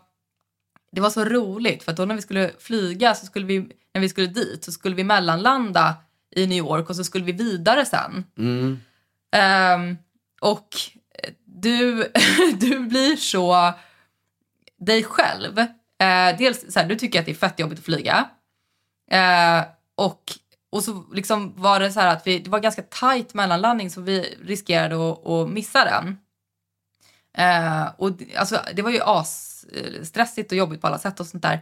Speaker 4: det var så roligt för att då när vi skulle flyga så skulle vi, när vi skulle dit så skulle vi mellanlanda i New York och så skulle vi vidare sen.
Speaker 1: mm.
Speaker 4: Ehm, och eh, du, <laughs> du blir så dig själv. Eh, dels så här, du tycker att det är fett jobbigt att flyga. Eh, och, och så liksom var det så här att vi, det var ganska tajt mellanlandning så vi riskerade att, att missa den. Eh, och det, alltså, det var ju asstressigt och jobbigt på alla sätt och sånt där.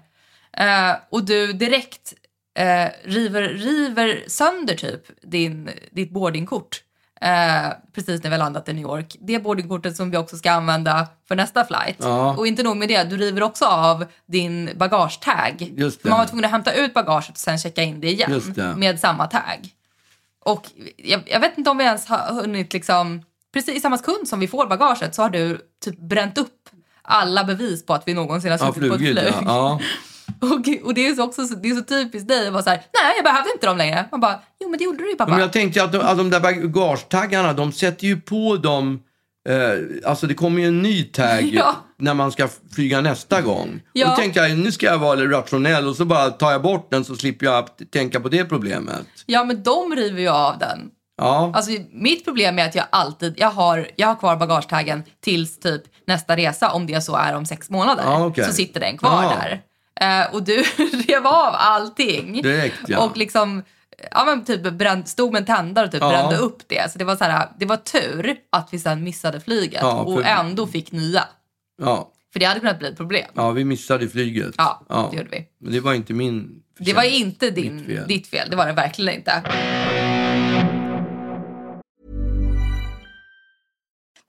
Speaker 4: Eh, och du direkt eh, river, river sönder typ din, ditt boardingkort. Eh, precis när vi har landat i New York. Det boardingkortet som vi också ska använda för nästa flight.
Speaker 1: Ja.
Speaker 4: Och inte nog med det, du river också av din bagagetag.
Speaker 1: Just
Speaker 4: För Man
Speaker 1: det.
Speaker 4: var tvungen att hämta ut bagaget och sen checka in det igen
Speaker 1: Just det.
Speaker 4: med samma tag. Och jag, jag vet inte om vi ens har hunnit liksom, precis i samma sekund som vi får bagaget så har du typ bränt upp alla bevis på att vi någonsin har
Speaker 1: ja
Speaker 4: suttit på ett
Speaker 1: flugit.
Speaker 4: flyg.
Speaker 1: Ja. Ja.
Speaker 4: <laughs> Och, och det är så också så- det är så typiskt dig att vara såhär, nej jag behövde inte dem längre. Man bara, jo men det gjorde du ju pappa.
Speaker 1: Men jag tänkte att de, att de där bagagetaggarna, de sätter ju på dem... Eh, alltså det kommer ju en ny tag
Speaker 4: <laughs> Ja.
Speaker 1: när man ska flyga nästa gång.
Speaker 4: Ja.
Speaker 1: Och då tänkte jag, nu ska jag vara rationell och så bara tar jag bort den så slipper jag att tänka på det problemet.
Speaker 4: Ja men de river ju av den.
Speaker 1: Ja,
Speaker 4: Alltså mitt problem är att jag alltid, jag har, jag har kvar bagagetaggen tills typ nästa resa om det så är om sex månader.
Speaker 1: Ja, Ah, okej. Ah.
Speaker 4: Så sitter den kvar
Speaker 1: Ja.
Speaker 4: där. Eh, och du <laughs> rev av allting.
Speaker 1: Direkt, ja.
Speaker 4: Och liksom, ja men typ bränd, stod med en tändare och typ
Speaker 1: Ja.
Speaker 4: brände upp det. Så det var så här, det var tur att vi sen missade flyget
Speaker 1: Ja,
Speaker 4: och
Speaker 1: för-
Speaker 4: ändå fick nya.
Speaker 1: ja,
Speaker 4: För det hade kunnat bli ett problem.
Speaker 1: ja vi missade flyget.
Speaker 4: Ja, det gjorde vi.
Speaker 1: Men det var inte min
Speaker 4: Det var
Speaker 1: förtjänst.
Speaker 4: inte din,
Speaker 1: Mitt fel.
Speaker 4: ditt fel, det var det verkligen inte.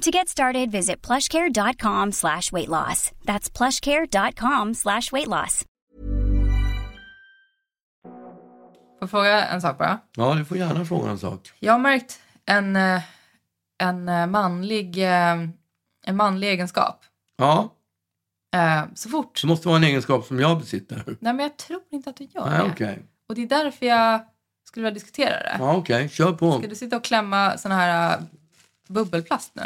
Speaker 5: To get started, visit plushcare.com slash weight loss. That's plushcare.com slash weight loss.
Speaker 4: Får jag fråga en sak bara?
Speaker 1: Ja, du får gärna fråga en sak.
Speaker 4: Jag har märkt en, eh, en eh, manlig, eh, en manlig egenskap.
Speaker 1: Ja,
Speaker 4: Eh, Så fort.
Speaker 1: så måste det vara en egenskap som jag besitter.
Speaker 4: Nej, men jag tror inte att du gör
Speaker 1: Nej,
Speaker 4: det.
Speaker 1: okej.
Speaker 4: Och det är därför jag skulle vilja diskutera det.
Speaker 1: Ja, okej. Kör på.
Speaker 4: Ska du sitta och klämma sån här eh, bubbelplast nu?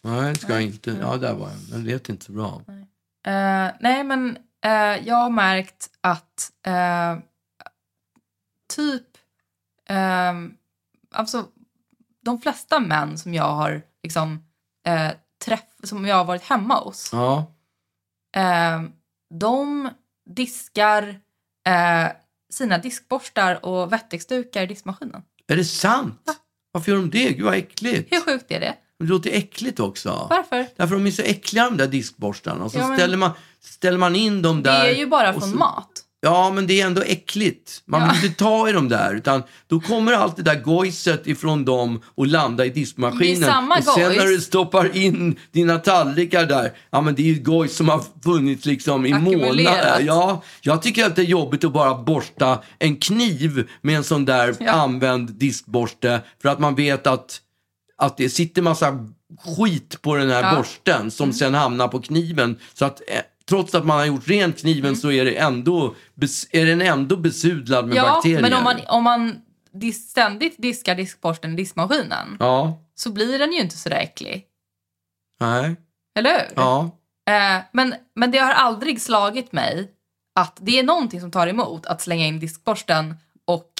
Speaker 1: Nej, det ska jag inte. Ja, där var jag. Den lät inte så bra.
Speaker 4: Eh, nej, men eh, jag har märkt att eh, typ... eh, alltså, de flesta män som jag har liksom, eh, träff, som jag har varit hemma hos,
Speaker 1: Ja,
Speaker 4: eh, de diskar eh, sina diskborstar och wettexdukar i diskmaskinen.
Speaker 1: är det sant? Varför gör de det? Gud, vad äckligt.
Speaker 4: Hur sjukt är det?
Speaker 1: Det låter äckligt också.
Speaker 4: Varför?
Speaker 1: Därför de är så äckliga de där diskborstarna. Och så
Speaker 4: Ja, men-
Speaker 1: ställer, man, ställer man in dem
Speaker 4: Det
Speaker 1: där.
Speaker 4: är ju bara
Speaker 1: och
Speaker 4: från
Speaker 1: så-
Speaker 4: mat.
Speaker 1: Ja, men det är ändå äckligt. Man
Speaker 4: Ja.
Speaker 1: vill inte ta i dem där. Utan då kommer allt det där gojset ifrån dem och landar i diskmaskinen.
Speaker 4: Det är samma
Speaker 1: och sen
Speaker 4: gojs.
Speaker 1: när du stoppar in dina tallrikar där, ja men det är ju gojs som har funnits liksom i
Speaker 4: Ackumulerat.
Speaker 1: månader. Ja, jag tycker att det är jobbigt att bara borsta en kniv med en sån där
Speaker 4: Ja.
Speaker 1: använd diskborste. För att man vet att, att det sitter massa skit på den här
Speaker 4: Ja. Mm.
Speaker 1: borsten som sen hamnar på kniven. Så att eh, trots att man har gjort rent kniven
Speaker 4: Mm.
Speaker 1: så är, det ändå, bes- är den ändå besudlad med
Speaker 4: Ja,
Speaker 1: bakterier.
Speaker 4: men om man, om man dis- ständigt diskar diskborsten i diskmaskinen
Speaker 1: Ja,
Speaker 4: så blir den ju inte så där äcklig.
Speaker 1: nej,
Speaker 4: Eller hur?
Speaker 1: ja.
Speaker 4: Eh, men, men det har aldrig slagit mig att det är någonting som tar emot att slänga in diskborsten och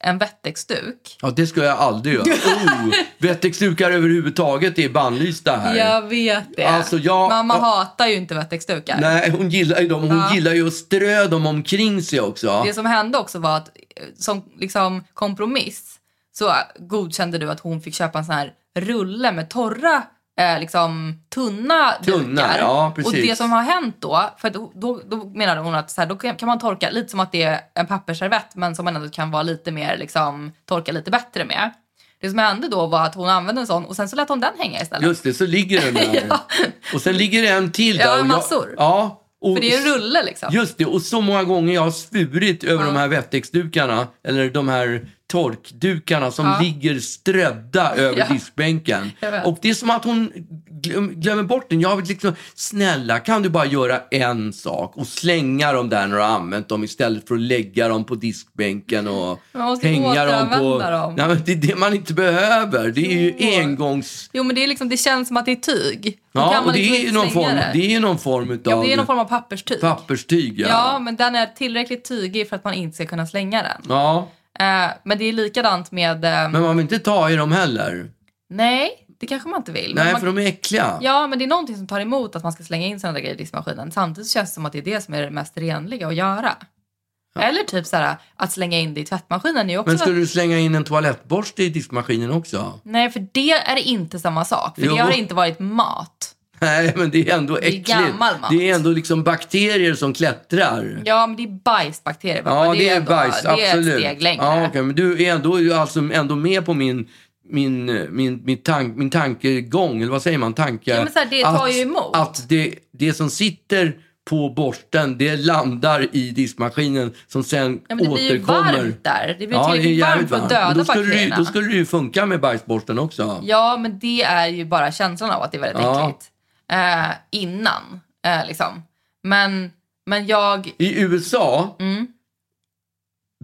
Speaker 4: en wettexduk.
Speaker 1: Ja, det ska jag aldrig
Speaker 4: <laughs>
Speaker 1: göra. Oh, Vettexdukar överhuvudtaget är bannlysta här.
Speaker 4: Jag vet det.
Speaker 1: Alltså, jag-
Speaker 4: Mamma
Speaker 1: jag-
Speaker 4: hatar ju inte wettexdukar.
Speaker 1: Nej, hon gillar ju dem. Hon
Speaker 4: Ja.
Speaker 1: gillar ju att strö dem omkring sig också.
Speaker 4: Det som hände också var att eh, som liksom kompromiss så eh, godkände du att hon fick köpa en sån här rulle med torra eh, liksom tunna,
Speaker 1: Tunna,
Speaker 4: dukar.
Speaker 1: ja, precis.
Speaker 4: och det som har hänt då, för då, då, då menade hon att så här, då kan kan man torka lite som att det är en pappersservett men som man ändå kan vara lite mer liksom torka lite bättre med. Det som hände då var att hon använde en sån och sen så lät hon den hänga istället.
Speaker 1: Just det, så ligger den där.
Speaker 4: <laughs> Ja.
Speaker 1: Och sen ligger det en till där.
Speaker 4: Ja,
Speaker 1: och jag-
Speaker 4: massor.
Speaker 1: Ja. Och
Speaker 4: För det är en rulle liksom.
Speaker 1: Just det, och så många gånger jag har svurit över de här wettexdukarna, eller de här torkdukarna som ligger
Speaker 4: <laughs>
Speaker 1: strödda över
Speaker 4: Ja.
Speaker 1: diskbänken.
Speaker 4: Jag vet.
Speaker 1: Och det är som att hon glöm, glömmer bort den. Jag vill liksom, snälla kan du bara göra en sak och slänga dem där när du har använt dem istället för att lägga dem på diskbänken och
Speaker 4: Man måste
Speaker 1: hänga dem på...
Speaker 4: återanvända dem.
Speaker 1: Nej, men det är det man inte behöver. Det är ju
Speaker 4: Jo.
Speaker 1: engångs...
Speaker 4: Jo men det, är liksom, det känns som att det är tyg. Då
Speaker 1: Ja,
Speaker 4: kan man
Speaker 1: och det
Speaker 4: liksom
Speaker 1: är ju
Speaker 4: inte
Speaker 1: någon
Speaker 4: slänga
Speaker 1: form,
Speaker 4: det.
Speaker 1: det är någon form utav
Speaker 4: Ja, men det är någon form av papperstyg.
Speaker 1: papperstyg.
Speaker 4: ja. men den är tillräckligt tygig för att man inte ska kunna slänga den.
Speaker 1: ja.
Speaker 4: Eh, men det är likadant med... Eh,
Speaker 1: Men man vill inte ta i dem heller.
Speaker 4: Nej, det kanske man inte vill. men
Speaker 1: Nej,
Speaker 4: man,
Speaker 1: för de är äckliga.
Speaker 4: Ja, men det är någonting som tar emot att man ska slänga in sådana där grejer i diskmaskinen. Samtidigt så känns det som att det är det som är det mest renliga att göra. Eller typ så här, att slänga in det i tvättmaskinen är ju också...
Speaker 1: Men skulle
Speaker 4: något-
Speaker 1: du slänga in en toalettborste i diskmaskinen också? <laughs>
Speaker 4: Nej, för det är inte samma sak. För
Speaker 1: Jo.
Speaker 4: det har inte varit mat.
Speaker 1: Nej, men det är ändå
Speaker 4: är
Speaker 1: äckligt.
Speaker 4: gammal mat.
Speaker 1: Det är ändå liksom bakterier som klättrar.
Speaker 4: Ja, men det är bajsbakterier. pappa.
Speaker 1: Ja, det, är
Speaker 4: ändå-
Speaker 1: bajs.
Speaker 4: Det är
Speaker 1: absolut.
Speaker 4: ett steg längre.
Speaker 1: Ja, okej, men du är ändå, du är alltså ändå med på min, min, min, min, tank, min tankegång, eller vad säger man? Tanke.
Speaker 4: Ja, men så här, det tar ju emot.
Speaker 1: Att det, det som sitter på borsten, det landar i diskmaskinen som sen
Speaker 4: Ja, men det blir ju
Speaker 1: återkommer.
Speaker 4: varmt där. Det blir
Speaker 1: Ja, det är
Speaker 4: tillräckligt varmt
Speaker 1: jävligt
Speaker 4: för att
Speaker 1: varmt.
Speaker 4: döda
Speaker 1: Men Då skulle, det, ju-
Speaker 4: bakterierna.
Speaker 1: då skulle det ju funka med bajsborsten också.
Speaker 4: Ja, men det är ju bara känslan av att det är väldigt
Speaker 1: liksom. Ja.
Speaker 4: äckligt. Eh, innan, eh, liksom. Men, men jag...
Speaker 1: I USA,
Speaker 4: Mm.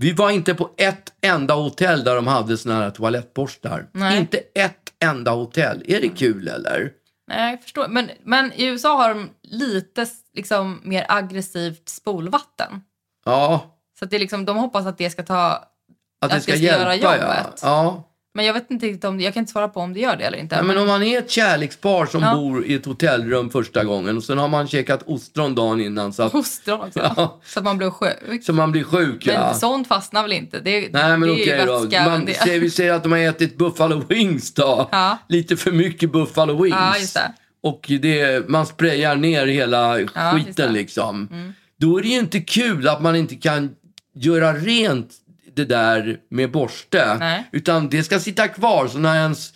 Speaker 1: vi var inte på ett enda hotell där de hade såna här toalettborstar.
Speaker 4: Nej. Mm.
Speaker 1: Inte ett enda hotell. Är det kul eller?
Speaker 4: Nej, jag förstår. Men, men i USA har de lite liksom, mer aggressivt spolvatten.
Speaker 1: Ja,
Speaker 4: Så att det är liksom, de hoppas att det ska ta...
Speaker 1: att, det
Speaker 4: Att
Speaker 1: ska,
Speaker 4: det ska göra
Speaker 1: hjälpa.
Speaker 4: jobbet.
Speaker 1: Ja.
Speaker 4: Men jag vet inte riktigt om det, jag kan inte svara på om det gör det eller inte.
Speaker 1: Nej, men om man är ett kärlekspar som
Speaker 4: Ja.
Speaker 1: bor i ett hotellrum första gången och sen har man käkat ostron dagen innan så, att,
Speaker 4: Ostron
Speaker 1: <laughs>
Speaker 4: också. <laughs>
Speaker 1: Ja.
Speaker 4: Så att man blir sjuk.
Speaker 1: så man blir sjuk.
Speaker 4: Men
Speaker 1: ja.
Speaker 4: sånt fastnar väl inte? Det,
Speaker 1: Nej men
Speaker 4: det är
Speaker 1: okej
Speaker 4: ju
Speaker 1: då.
Speaker 4: vätska,
Speaker 1: Man,
Speaker 4: men det.
Speaker 1: säger, vi säger att de har ätit Buffalo Wings då.
Speaker 4: Ja.
Speaker 1: Lite för mycket Buffalo Wings.
Speaker 4: Ja, just det.
Speaker 1: Och det, man sprayar ner hela
Speaker 4: just
Speaker 1: skiten
Speaker 4: det. Mm.
Speaker 1: liksom. Då är det ju inte kul att man inte kan göra rent det där med borste.
Speaker 4: Nej.
Speaker 1: Utan det ska sitta kvar. Så när ens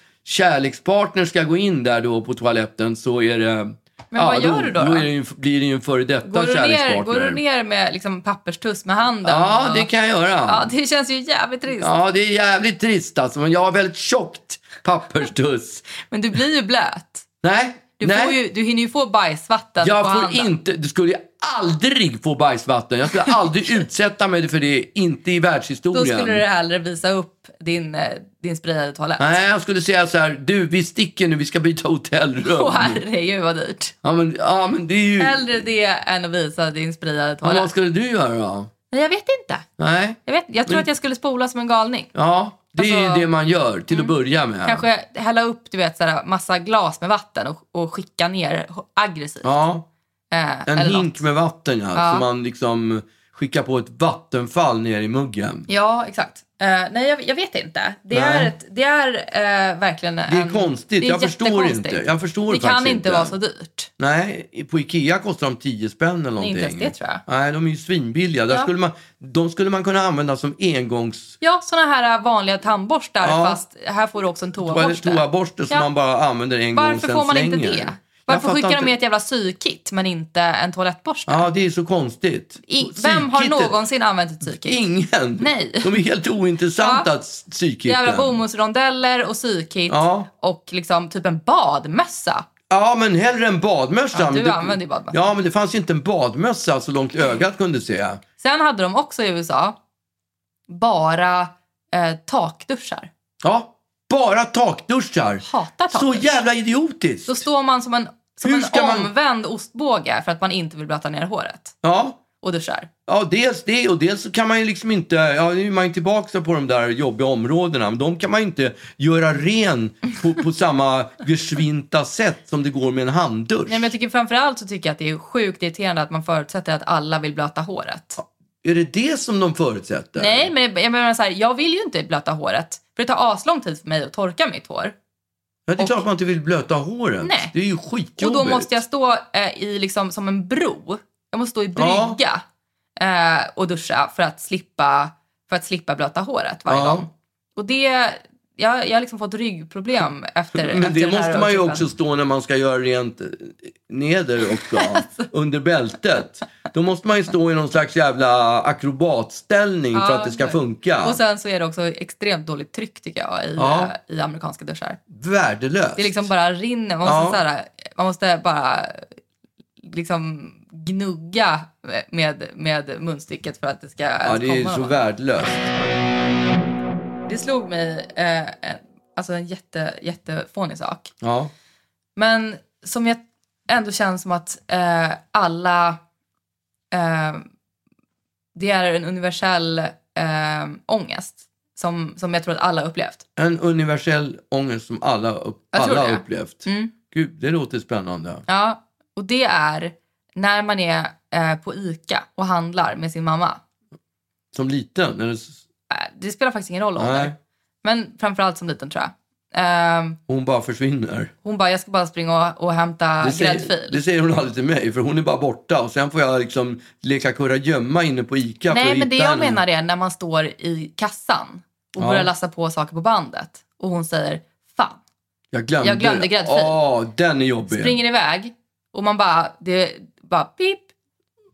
Speaker 1: kärlekspartner ska gå in där då på toaletten så är det...
Speaker 4: Men vad gör du då
Speaker 1: Då
Speaker 4: då?
Speaker 1: är det ju, blir det ju en före detta
Speaker 4: <laughs> Går du,
Speaker 1: kärlekspartner.
Speaker 4: ner, går du ner med liksom, papperstuss med handen?
Speaker 1: Ja,
Speaker 4: Och-
Speaker 1: det kan jag göra.
Speaker 4: ja, det känns ju jävligt trist.
Speaker 1: Ja, det är jävligt trist alltså. Men jag har väldigt tjockt papperstuss.
Speaker 4: Men du blir ju blöt.
Speaker 1: Nej,
Speaker 4: Du,
Speaker 1: nej.
Speaker 4: får ju, du hinner ju få bajsvatten på
Speaker 1: jag får
Speaker 4: handen.
Speaker 1: inte, du skulle ju aldrig få bajsvatten. Jag skulle
Speaker 4: <laughs>
Speaker 1: aldrig utsätta mig för det, inte i
Speaker 4: Då
Speaker 1: världshistorien.
Speaker 4: skulle du hellre visa upp din, eh, din sprayade toalett.
Speaker 1: Nej, jag skulle säga så här, du vi sticker nu, vi ska byta hotellrum.
Speaker 4: Åh herregud vad dyrt.
Speaker 1: ja, men, ja, men det är ju...
Speaker 4: Hellre det än att visa din sprayade
Speaker 1: Ja, vad
Speaker 4: toalett.
Speaker 1: skulle du göra då?
Speaker 4: Nej, jag vet inte.
Speaker 1: Nej,
Speaker 4: Jag, vet, jag tror att jag skulle spola som en galning.
Speaker 1: ja, det är ju
Speaker 4: Alltså-
Speaker 1: det man gör till att börja med.
Speaker 4: Kanske hälla upp du vet, sådär, massa glas med vatten och, och skicka ner h- aggressivt.
Speaker 1: Ja,
Speaker 4: Eh,
Speaker 1: en
Speaker 4: eller
Speaker 1: hink
Speaker 4: något.
Speaker 1: med vatten ja,
Speaker 4: Ja.
Speaker 1: som man liksom skickar på ett vattenfall ner i muggen.
Speaker 4: Ja, exakt. Eh, nej, jag, jag vet inte. Det
Speaker 1: Nej.
Speaker 4: är, ett, det är eh, verkligen
Speaker 1: Det är
Speaker 4: en,
Speaker 1: konstigt.
Speaker 4: det är
Speaker 1: jag förstår
Speaker 4: jättekonstigt.
Speaker 1: inte. Jag förstår
Speaker 4: Det
Speaker 1: faktiskt
Speaker 4: kan inte vara så dyrt.
Speaker 1: Nej, på Ikea kostar de 10 spänn eller
Speaker 4: Nej,
Speaker 1: någonting.
Speaker 4: inte ens det, tror jag.
Speaker 1: Nej, de är ju svinbilliga. Där
Speaker 4: Ja.
Speaker 1: skulle man, de skulle man kunna använda som engångs...
Speaker 4: Ja, såna här äh, vanliga tandborstar
Speaker 1: Ja.
Speaker 4: fast här får du också en
Speaker 1: Eller
Speaker 4: toaborste.
Speaker 1: toaborste som
Speaker 4: Ja.
Speaker 1: man bara använder en gång och
Speaker 4: Varför
Speaker 1: sen
Speaker 4: får man inte
Speaker 1: slänger.
Speaker 4: det?
Speaker 1: Jag
Speaker 4: Varför
Speaker 1: fattar
Speaker 4: skickar de
Speaker 1: inte.
Speaker 4: med ett jävla sykit men inte en toalettborste?
Speaker 1: Ja, det är så konstigt.
Speaker 4: I,
Speaker 1: Och
Speaker 4: vem har
Speaker 1: psykkittet-
Speaker 4: någonsin använt ett psykit?
Speaker 1: Ingen.
Speaker 4: Nej.
Speaker 1: De är helt ointressanta,
Speaker 4: Ja.
Speaker 1: psykkitten.
Speaker 4: Jävla bomullsrondeller och psykit
Speaker 1: Ja.
Speaker 4: och liksom typ en badmössa.
Speaker 1: Ja, men hellre en badmössa.
Speaker 4: Ja, du
Speaker 1: Men det-
Speaker 4: använder ju badmössa.
Speaker 1: Ja, men det fanns ju inte en badmössa så långt ögat kunde se.
Speaker 4: Sen hade de också i USA bara eh, takduschar.
Speaker 1: Ja, bara takduschar.
Speaker 4: Hatar takdusch.
Speaker 1: Så jävla idiotiskt!
Speaker 4: Då står man som en, som
Speaker 1: Hur
Speaker 4: en
Speaker 1: ska man-
Speaker 4: omvänd ostbåge för att man inte vill blöta ner håret
Speaker 1: Ja,
Speaker 4: och duschar.
Speaker 1: ja, dels det och dels så kan man ju liksom inte, ja nu är man ju tillbaka på de där jobbiga områdena, men de kan man ju inte göra ren på, på samma gesvinta sätt som det går med en handdusch.
Speaker 4: Nej, men jag tycker framförallt så tycker jag att det är sjukt irriterande att man förutsätter att alla vill blöta håret.
Speaker 1: Är det det som de förutsätter?
Speaker 4: Nej, men jag menar så här, jag vill ju inte blöta håret. För det tar aslång tid för mig att torka mitt hår.
Speaker 1: Ja, det är
Speaker 4: och-
Speaker 1: klart man inte vill blöta håret.
Speaker 4: Nej.
Speaker 1: Det är ju skitjobbigt.
Speaker 4: Och då måste jag stå eh, i liksom som en bro. Jag måste stå i
Speaker 1: Ja.
Speaker 4: brygga eh, och duscha för att slippa, för att slippa blöta håret varje
Speaker 1: Ja.
Speaker 4: gång. Och det, jag, jag har liksom
Speaker 1: <laughs>
Speaker 4: fått ryggproblem efter efter
Speaker 1: Men det
Speaker 4: den här
Speaker 1: måste man ju
Speaker 4: typen.
Speaker 1: också stå när man ska göra rent eh, neder
Speaker 4: <laughs>
Speaker 1: också,
Speaker 4: Alltså.
Speaker 1: under bältet. Då måste man ju stå i någon slags jävla akrobatställning för
Speaker 4: Ja,
Speaker 1: att det ska
Speaker 4: exakt.
Speaker 1: funka.
Speaker 4: Och sen så är det också extremt dåligt tryck tycker jag i,
Speaker 1: Ja.
Speaker 4: eh, i amerikanska duschar.
Speaker 1: Värdelöst.
Speaker 4: Det är liksom bara rinner. Man måste,
Speaker 1: Ja.
Speaker 4: såhär, man måste bara liksom gnugga med, med munstycket för att det ska
Speaker 1: ja,
Speaker 4: ens
Speaker 1: det är
Speaker 4: komma
Speaker 1: så
Speaker 4: någon.
Speaker 1: värdelöst.
Speaker 4: Det slog mig, eh, en- alltså en jätte, jättefånig sak.
Speaker 1: Ja.
Speaker 4: Men som jag ändå känns som att eh, alla, eh, det är en universell eh, ångest som, som jag tror att alla har upplevt.
Speaker 1: En universell ångest som alla, upp,
Speaker 4: Jag tror
Speaker 1: alla har
Speaker 4: det.
Speaker 1: upplevt.
Speaker 4: Mm.
Speaker 1: Gud, det låter spännande.
Speaker 4: Ja, och det är när man är eh, på ICA och handlar med sin mamma.
Speaker 1: Som liten? Eller, s-
Speaker 4: Eh, Det spelar faktiskt ingen roll
Speaker 1: nej,
Speaker 4: ålder. Men framförallt som liten tror jag. Ehm,
Speaker 1: hon bara försvinner.
Speaker 4: hon bara, jag ska bara springa och, och hämta
Speaker 1: Det
Speaker 4: gräddfil.
Speaker 1: säger, det säger hon aldrig till mig, för hon är bara borta. Och sen får jag liksom leka kurra gömma inne på ICA för att
Speaker 4: Nej, men det
Speaker 1: hitta
Speaker 4: jag
Speaker 1: henne.
Speaker 4: menar är när man står i kassan och
Speaker 1: Ja.
Speaker 4: börjar lassa på saker på bandet och hon säger fan,
Speaker 1: Jag glömde,
Speaker 4: Jag glömde gräddfil.
Speaker 1: Ja, den är jobbig.
Speaker 4: springer iväg och man bara, det bara pip,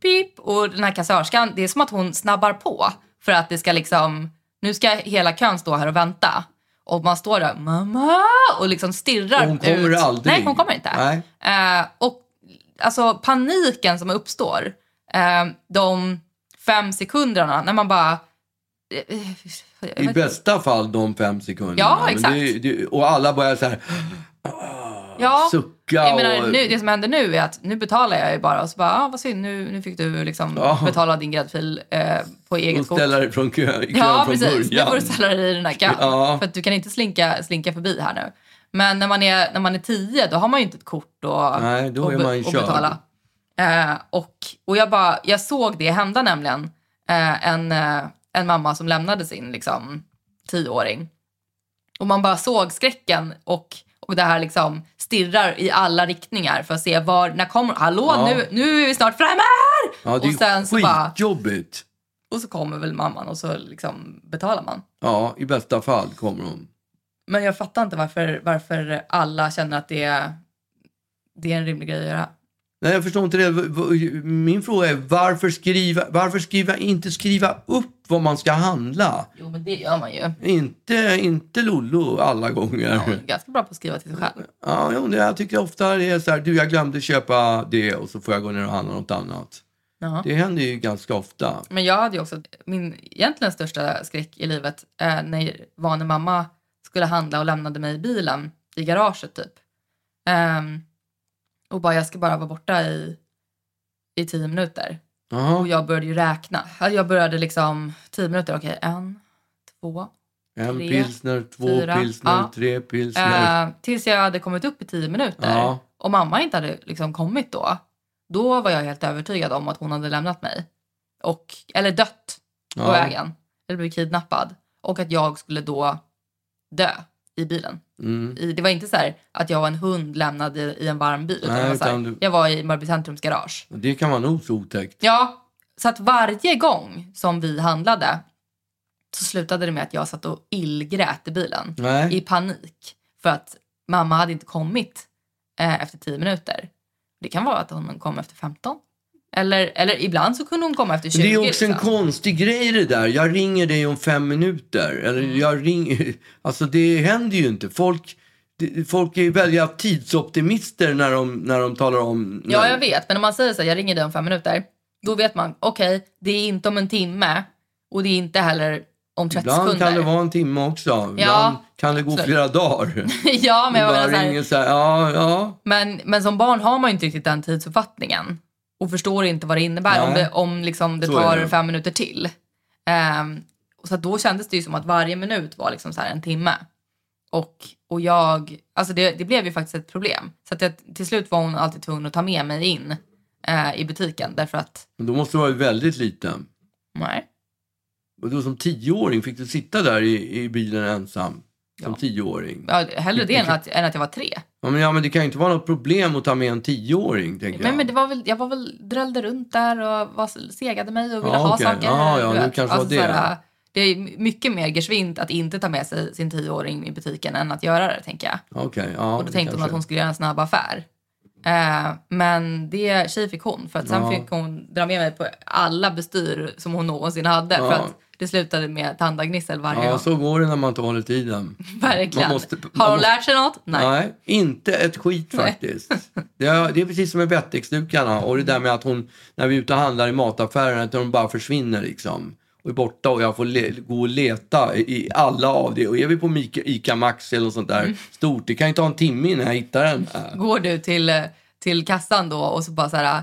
Speaker 4: pip och den här kassörskan, det är som att hon snabbar på för att det ska liksom, nu ska hela kön stå här och vänta. Och man står där, mamma, och liksom stirrar
Speaker 1: Och hon kommer
Speaker 4: ut.
Speaker 1: aldrig.
Speaker 4: Nej, hon kommer inte.
Speaker 1: Nej.
Speaker 4: Eh, och alltså paniken som uppstår eh, de fem sekunderna när man bara... eh, eh, jag vet
Speaker 1: I
Speaker 4: inte.
Speaker 1: bästa fall de fem sekunderna.
Speaker 4: Ja,
Speaker 1: Men <gasps>
Speaker 4: exakt.
Speaker 1: Det, det, och alla börjar så här,
Speaker 4: ja,
Speaker 1: bocka
Speaker 4: Jag menar,
Speaker 1: och...
Speaker 4: nu, det som händer nu är att nu betalar jag ju bara och så bara, ah, vad synd, nu, nu fick du liksom
Speaker 1: Ja.
Speaker 4: betala din gräddfil eh, på eget
Speaker 1: och
Speaker 4: kort.
Speaker 1: ställa dig från kö, i kön
Speaker 4: Ja,
Speaker 1: från
Speaker 4: precis. Nu
Speaker 1: början.
Speaker 4: får du ställa dig i den här kön.
Speaker 1: Ja.
Speaker 4: För att du kan inte slinka, slinka förbi här nu. Men när man är, när man är tio, då har man ju inte ett kort och,
Speaker 1: Nej, då
Speaker 4: och,
Speaker 1: är
Speaker 4: be-
Speaker 1: man ju
Speaker 4: och
Speaker 1: körd.
Speaker 4: betala. Eh, och och jag, bara, jag såg det hända nämligen. Eh, en, eh, en mamma som lämnade sin liksom, tioåring. Och man bara såg skräcken och, och det här liksom stirrar i alla riktningar för att se var, när kommer, hallå
Speaker 1: Ja.
Speaker 4: nu, nu är vi snart framme här!
Speaker 1: Ja, det är
Speaker 4: och sen så bara,
Speaker 1: skitjobbigt.
Speaker 4: och så kommer väl mamman och så liksom betalar man.
Speaker 1: Ja, i bästa fall kommer hon.
Speaker 4: Men jag fattar inte varför, varför alla känner att det är, det är en rimlig grej att göra.
Speaker 1: Nej, jag förstår inte det. V- v- Min fråga är varför skriva, varför skriva, inte skriva upp vad man ska handla?
Speaker 4: Jo men det gör man
Speaker 1: Mm.
Speaker 4: ju.
Speaker 1: Inte, inte Lollo alla gånger.
Speaker 4: Man är ganska bra på att skriva till sig själv.
Speaker 1: Ja, jo, det- jag tycker ofta det är så här, du jag glömde köpa det och så får jag gå ner och handla något annat.
Speaker 4: Ja.
Speaker 1: Det händer ju ganska ofta.
Speaker 4: Men jag hade ju också, min egentligen största skräck i livet eh, när, var när mamma skulle handla och lämnade mig i bilen i garaget typ. Ehm, och bara jag ska bara vara borta i, i tio minuter. Och
Speaker 1: Jaha,
Speaker 4: jag började ju räkna. Alltså, Jag började liksom tio minuter, okej en, två,
Speaker 1: en
Speaker 4: tre,
Speaker 1: pilsner, två
Speaker 4: fyra,
Speaker 1: pilsner,
Speaker 4: ja.
Speaker 1: tre pilsner.
Speaker 4: Eh, tills jag hade kommit upp i tio minuter
Speaker 1: Ja.
Speaker 4: och mamma inte hade liksom kommit då. Då var jag helt övertygad om att hon hade lämnat mig. Och, eller dött på
Speaker 1: Ja.
Speaker 4: vägen. Eller blivit kidnappad. Och att jag skulle då dö i bilen.
Speaker 1: Mm.
Speaker 4: I, det var inte så här att jag var en hund lämnad i, i en varm bil. Utan
Speaker 1: Nej,
Speaker 4: det var så här,
Speaker 1: utan du-
Speaker 4: Jag var i Mörby Centrums garage.
Speaker 1: Och Det kan vara nog så otäckt.
Speaker 4: Ja, så att varje gång som vi handlade så slutade det med att jag satt och illgrät i bilen
Speaker 1: Nej.
Speaker 4: i panik för att mamma hade inte kommit eh, efter 10 minuter. Det kan vara att hon kom efter 15. Eller, eller ibland så kunde hon komma efter 20.
Speaker 1: Det är också en
Speaker 4: liksom.
Speaker 1: konstig grej det där. Jag ringer dig om fem minuter. Eller
Speaker 4: Mm.
Speaker 1: jag ringer... <laughs> Alltså det händer ju inte. Folk, det- folk är ju välja tidsoptimister när de, när de talar om...
Speaker 4: Ja,
Speaker 1: när,
Speaker 4: jag vet. Men om man säger så här, jag ringer dig om fem minuter. Då vet man, okej, det är inte om en timme och det är inte heller om 30
Speaker 1: Ibland
Speaker 4: sekunder.
Speaker 1: kan det vara en timme också. Ibland kan det gå
Speaker 4: absolut.
Speaker 1: flera dagar.
Speaker 4: <laughs> ja, men jag menar
Speaker 1: bara
Speaker 4: så här,
Speaker 1: ringer så här, ja, ja.
Speaker 4: Men, men som barn har man ju inte riktigt den tidsuppfattningen och förstår inte vad det innebär om
Speaker 1: Nej.
Speaker 4: det, om liksom det
Speaker 1: Så är
Speaker 4: tar
Speaker 1: det.
Speaker 4: fem minuter till. Ehm, och så att då kändes det ju som att varje minut var liksom så här en timme. Och, och jag, alltså det, det blev ju faktiskt ett problem. Så att jag, till slut var hon alltid tvungen att ta med mig in eh, i butiken därför att,
Speaker 1: Men då måste du vara väldigt liten.
Speaker 4: nej,
Speaker 1: Och då som tioåring fick du sitta där i, i bilen ensam. Som tioåring.
Speaker 4: ja, hellre det än att, än att jag var tre.
Speaker 1: Ja men, ja, men det kan ju inte vara något problem att ta med en tioåring, tänker
Speaker 4: Men,
Speaker 1: jag.
Speaker 4: men det var väl, jag var väl drällde runt där och var, segade mig och ville
Speaker 1: Ja,
Speaker 4: ha
Speaker 1: okej.
Speaker 4: saker.
Speaker 1: Ja, ja,
Speaker 4: du
Speaker 1: det
Speaker 4: vet.
Speaker 1: kanske var det.
Speaker 4: såhär, det är mycket mer geschwint att inte ta med sig sin tioåring i butiken än att göra det tänker jag.
Speaker 1: Okej, ja.
Speaker 4: och då tänkte hon
Speaker 1: kanske.
Speaker 4: att hon skulle göra en snabb affär. Eh, men det tjej fick hon för att sen
Speaker 1: Ja.
Speaker 4: fick hon dra med mig på alla bestyr som hon någonsin hade
Speaker 1: Ja.
Speaker 4: för att det slutade med tandagnissel varje
Speaker 1: Ja,
Speaker 4: gång. <laughs>
Speaker 1: så går det när man inte håller tiden.
Speaker 4: Verkligen.
Speaker 1: man måste- man
Speaker 4: Har hon
Speaker 1: måste-
Speaker 4: lärt sig något? <laughs> Nej.
Speaker 1: Nej. inte ett skit faktiskt. Det är, det är precis som med vettexdukarna och det där med att hon, när vi är ute och handlar i mataffären, att de bara försvinner liksom. Och är borta och jag får le, gå och leta i alla av det. Och är vi på Mika, Ica Maxi eller något sånt
Speaker 4: Mm.
Speaker 1: där stort, det kan ju ta en timme innan jag hittar den. Här.
Speaker 4: Går du till, eh, till kassan då och så bara så här...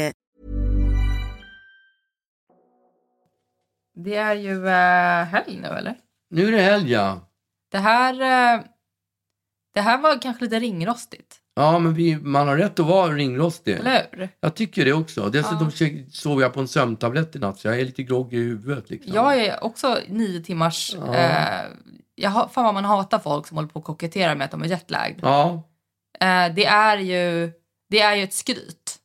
Speaker 4: Det är ju eh, helg nu eller?
Speaker 1: Nu är det helg, ja.
Speaker 4: Det här, eh, det här var kanske lite ringrostigt,
Speaker 1: Ja, men vi, man har rätt att vara ringrostig.
Speaker 4: eller hur?
Speaker 1: Jag tycker det också. Dessutom ja. sov jag på en sömntablett i natt så jag är lite groggy i huvudet. Liksom.
Speaker 4: Jag är också nio timmars...
Speaker 1: Ja.
Speaker 4: Eh, jag, har- fan vad man hatar folk som håller på och koketterar med att de är jetlagd.
Speaker 1: Ja,
Speaker 4: Eh, det, är ju, det är ju ett skryt.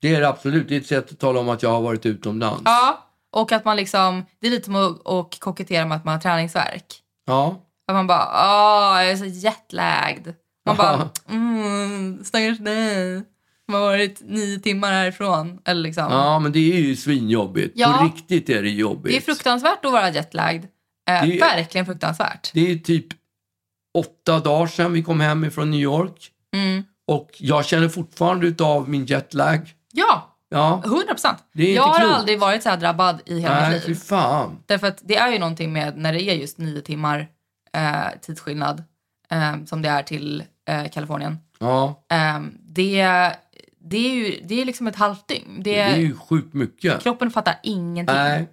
Speaker 1: det är det absolut. Det är ett sätt att tala om att jag har varit utomlands.
Speaker 4: Ja. Och att man liksom, det är lite som att och kokettera med att man har träningsvärk.
Speaker 1: Ja.
Speaker 4: Att man bara, åh, jag är så jetlagged. Man bara,
Speaker 1: Ja.
Speaker 4: mm, stackars dig. Man har varit nio timmar härifrån. Eller liksom.
Speaker 1: Ja, men det är ju svinjobbigt.
Speaker 4: Ja.
Speaker 1: På riktigt är det jobbigt.
Speaker 4: Det är fruktansvärt att vara jetlagd. Eh,
Speaker 1: Det är-
Speaker 4: Verkligen fruktansvärt.
Speaker 1: Det är typ åtta dagar sedan vi kom hem ifrån New York.
Speaker 4: Mm.
Speaker 1: Och jag känner fortfarande utav min jetlag.
Speaker 4: Ja,
Speaker 1: Ja,
Speaker 4: 100 procent.
Speaker 1: Det är inte
Speaker 4: Jag har
Speaker 1: klokt.
Speaker 4: aldrig varit så här drabbad i hela
Speaker 1: nej
Speaker 4: mitt
Speaker 1: fy
Speaker 4: liv.
Speaker 1: fan.
Speaker 4: Därför att det är ju någonting med när det är just nio timmar eh, tidsskillnad eh, som det är till eh, Kalifornien.
Speaker 1: Ja,
Speaker 4: Eh, det, det är ju det är liksom ett halvt dygn. Det,
Speaker 1: det är ju sjukt mycket.
Speaker 4: Kroppen fattar ingenting.
Speaker 1: Nej,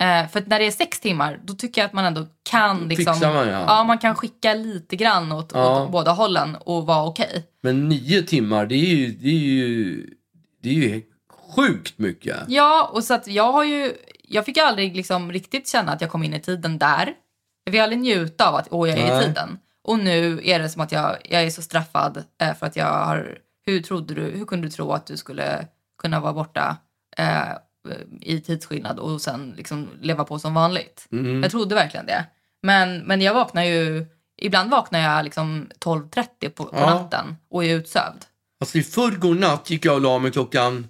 Speaker 4: Eh, för att när det är sex timmar då tycker jag att man ändå kan liksom,
Speaker 1: Fixar man, ja.
Speaker 4: ja. man kan skicka lite grann åt,
Speaker 1: Ja.
Speaker 4: åt båda hållen och vara okej.
Speaker 1: men nio timmar, det är ju, det är ju, det är ju sjukt mycket.
Speaker 4: Ja, och så att jag har ju... Jag fick ju aldrig liksom riktigt känna att jag kom in i tiden där. Jag fick aldrig njuta av att åh, jag är i
Speaker 1: Nej.
Speaker 4: tiden. Och nu är det som att jag, jag är så straffad eh, för att jag har... Hur, trodde du, hur kunde du tro att du skulle kunna vara borta eh, i tidsskillnad och sen liksom leva på som vanligt?
Speaker 1: Mm.
Speaker 4: Jag trodde verkligen det. Men, men jag vaknar ju... Ibland vaknar jag liksom 12.30 på, på
Speaker 1: Ja.
Speaker 4: natten och är utsövd.
Speaker 1: Alltså i förrgår natt gick jag och la mig klockan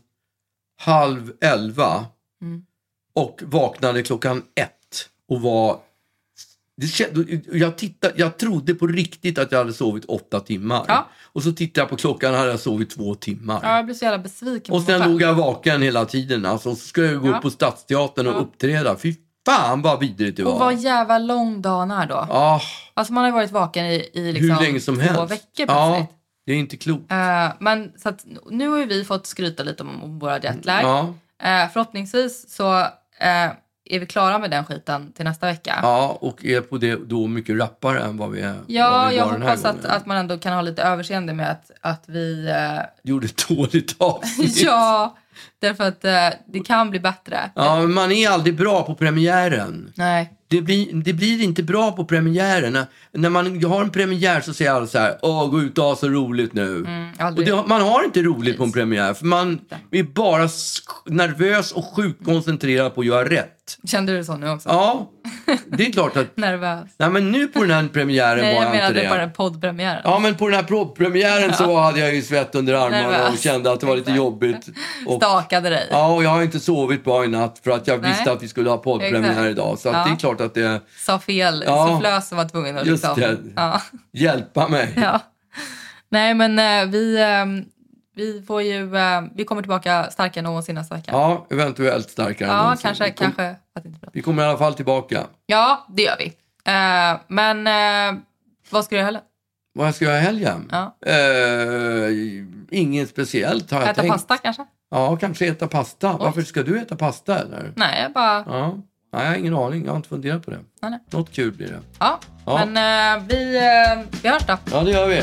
Speaker 1: halv elva
Speaker 4: Mm.
Speaker 1: och vaknade klockan ett och var... Det känd, jag, tittade, jag trodde på riktigt att jag hade sovit åtta timmar.
Speaker 4: Ja.
Speaker 1: Och så tittade jag på klockan och hade jag sovit två timmar.
Speaker 4: Ja, jag blir så jävla besviken
Speaker 1: och
Speaker 4: på mig
Speaker 1: sen
Speaker 4: själv.
Speaker 1: låg jag vaken hela tiden. Alltså, och så skulle jag gå
Speaker 4: Ja.
Speaker 1: upp på Stadsteatern och uppträda. Fy fan vad vidrigt det var.
Speaker 4: Och vad jävla lång dagen är då.
Speaker 1: ah,
Speaker 4: Alltså man har ju varit vaken i, i liksom
Speaker 1: hur länge som
Speaker 4: två
Speaker 1: helst.
Speaker 4: veckor
Speaker 1: ja,
Speaker 4: plötsligt.
Speaker 1: det är inte klokt.
Speaker 4: Eh, men så att, nu har ju vi fått skryta lite om våra jetlag.
Speaker 1: Ja,
Speaker 4: Eh, förhoppningsvis så eh, är vi klara med den skiten till nästa vecka.
Speaker 1: ja, och är på det då mycket rappare än vad vi, är, vad
Speaker 4: Ja,
Speaker 1: vi
Speaker 4: jag
Speaker 1: var den här
Speaker 4: hoppas att,
Speaker 1: gången.
Speaker 4: att man ändå kan ha lite överseende med att, att vi... eh,
Speaker 1: gjorde ett dåligt avsnitt.
Speaker 4: <laughs> ja, därför att eh, det kan bli bättre.
Speaker 1: Ja, men man är aldrig bra på premiären.
Speaker 4: Nej.
Speaker 1: Det blir, det blir inte bra på premiären. När- När man har en premiär så säger alla så här, åh gå ut och ha så roligt nu.
Speaker 4: Mm,
Speaker 1: Och
Speaker 4: aldrig.
Speaker 1: det, man har inte roligt på en premiär för man är bara sk- nervös och sjukt koncentrerad på att göra rätt.
Speaker 4: Kände du så nu också?
Speaker 1: Ja, det är klart
Speaker 4: <laughs>
Speaker 1: att...
Speaker 4: Nervös?
Speaker 1: Nej men nu på den här premiären
Speaker 4: Nej,
Speaker 1: var jag
Speaker 4: jag
Speaker 1: inte
Speaker 4: menade
Speaker 1: det.
Speaker 4: bara den poddpremiären.
Speaker 1: Ja men på den här provpremiären
Speaker 4: <laughs>
Speaker 1: så hade jag ju svett under armarna och
Speaker 4: Nervös.
Speaker 1: kände att det var lite
Speaker 4: Exakt. <laughs>
Speaker 1: jobbigt. Och
Speaker 4: Stakade dig.
Speaker 1: Ja, och jag har inte sovit bra i natt för att jag
Speaker 4: Nej.
Speaker 1: visste att vi skulle ha poddpremiär
Speaker 4: Exakt.
Speaker 1: idag. Så att
Speaker 4: Ja.
Speaker 1: det är klart att det
Speaker 4: sa fel
Speaker 1: Ja.
Speaker 4: sufflös som var tvungen att
Speaker 1: Just
Speaker 4: liksom...
Speaker 1: det.
Speaker 4: Ja,
Speaker 1: hjälpa mig.
Speaker 4: <laughs> ja. Nej men eh, vi, eh, vi får ju, eh, vi kommer tillbaka starkare än någonsin nästa vecka.
Speaker 1: Ja, eventuellt starkare än
Speaker 4: Ja,
Speaker 1: någonsin.
Speaker 4: kanske,
Speaker 1: vi, kom,
Speaker 4: kanske. Att inte prata.
Speaker 1: vi kommer i alla fall tillbaka.
Speaker 4: Ja, det gör vi. Eh, men eh, vad ska du göra heller?
Speaker 1: Vad ska jag göra i helgen?
Speaker 4: Ja.
Speaker 1: Eh, inget speciellt har jag
Speaker 4: Äta
Speaker 1: tänkt.
Speaker 4: pasta kanske?
Speaker 1: Ja, kanske äta pasta. Varför ska du äta pasta eller?
Speaker 4: Nej, jag bara...
Speaker 1: Ja. Nej, jag har ingen aning. Jag har inte funderat på det.
Speaker 4: Nej, nej.
Speaker 1: Något kul blir det.
Speaker 4: Ja.
Speaker 1: Ja.
Speaker 4: Men eh, vi, eh, vi hörs då.
Speaker 1: Ja, det gör vi.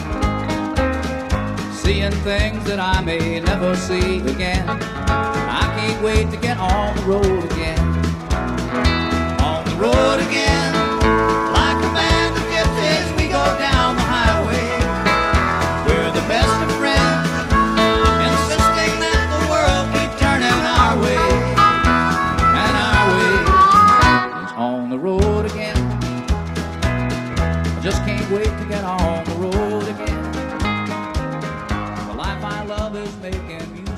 Speaker 6: Seeing things that I may never see again. I can't wait to get on the road again on the road again. Like a band of gypsies, we go down the highway. We're the best of friends, insisting that the world keep turning our way and our way is on the road again. I just can't wait to get on the road again. The life I love is making music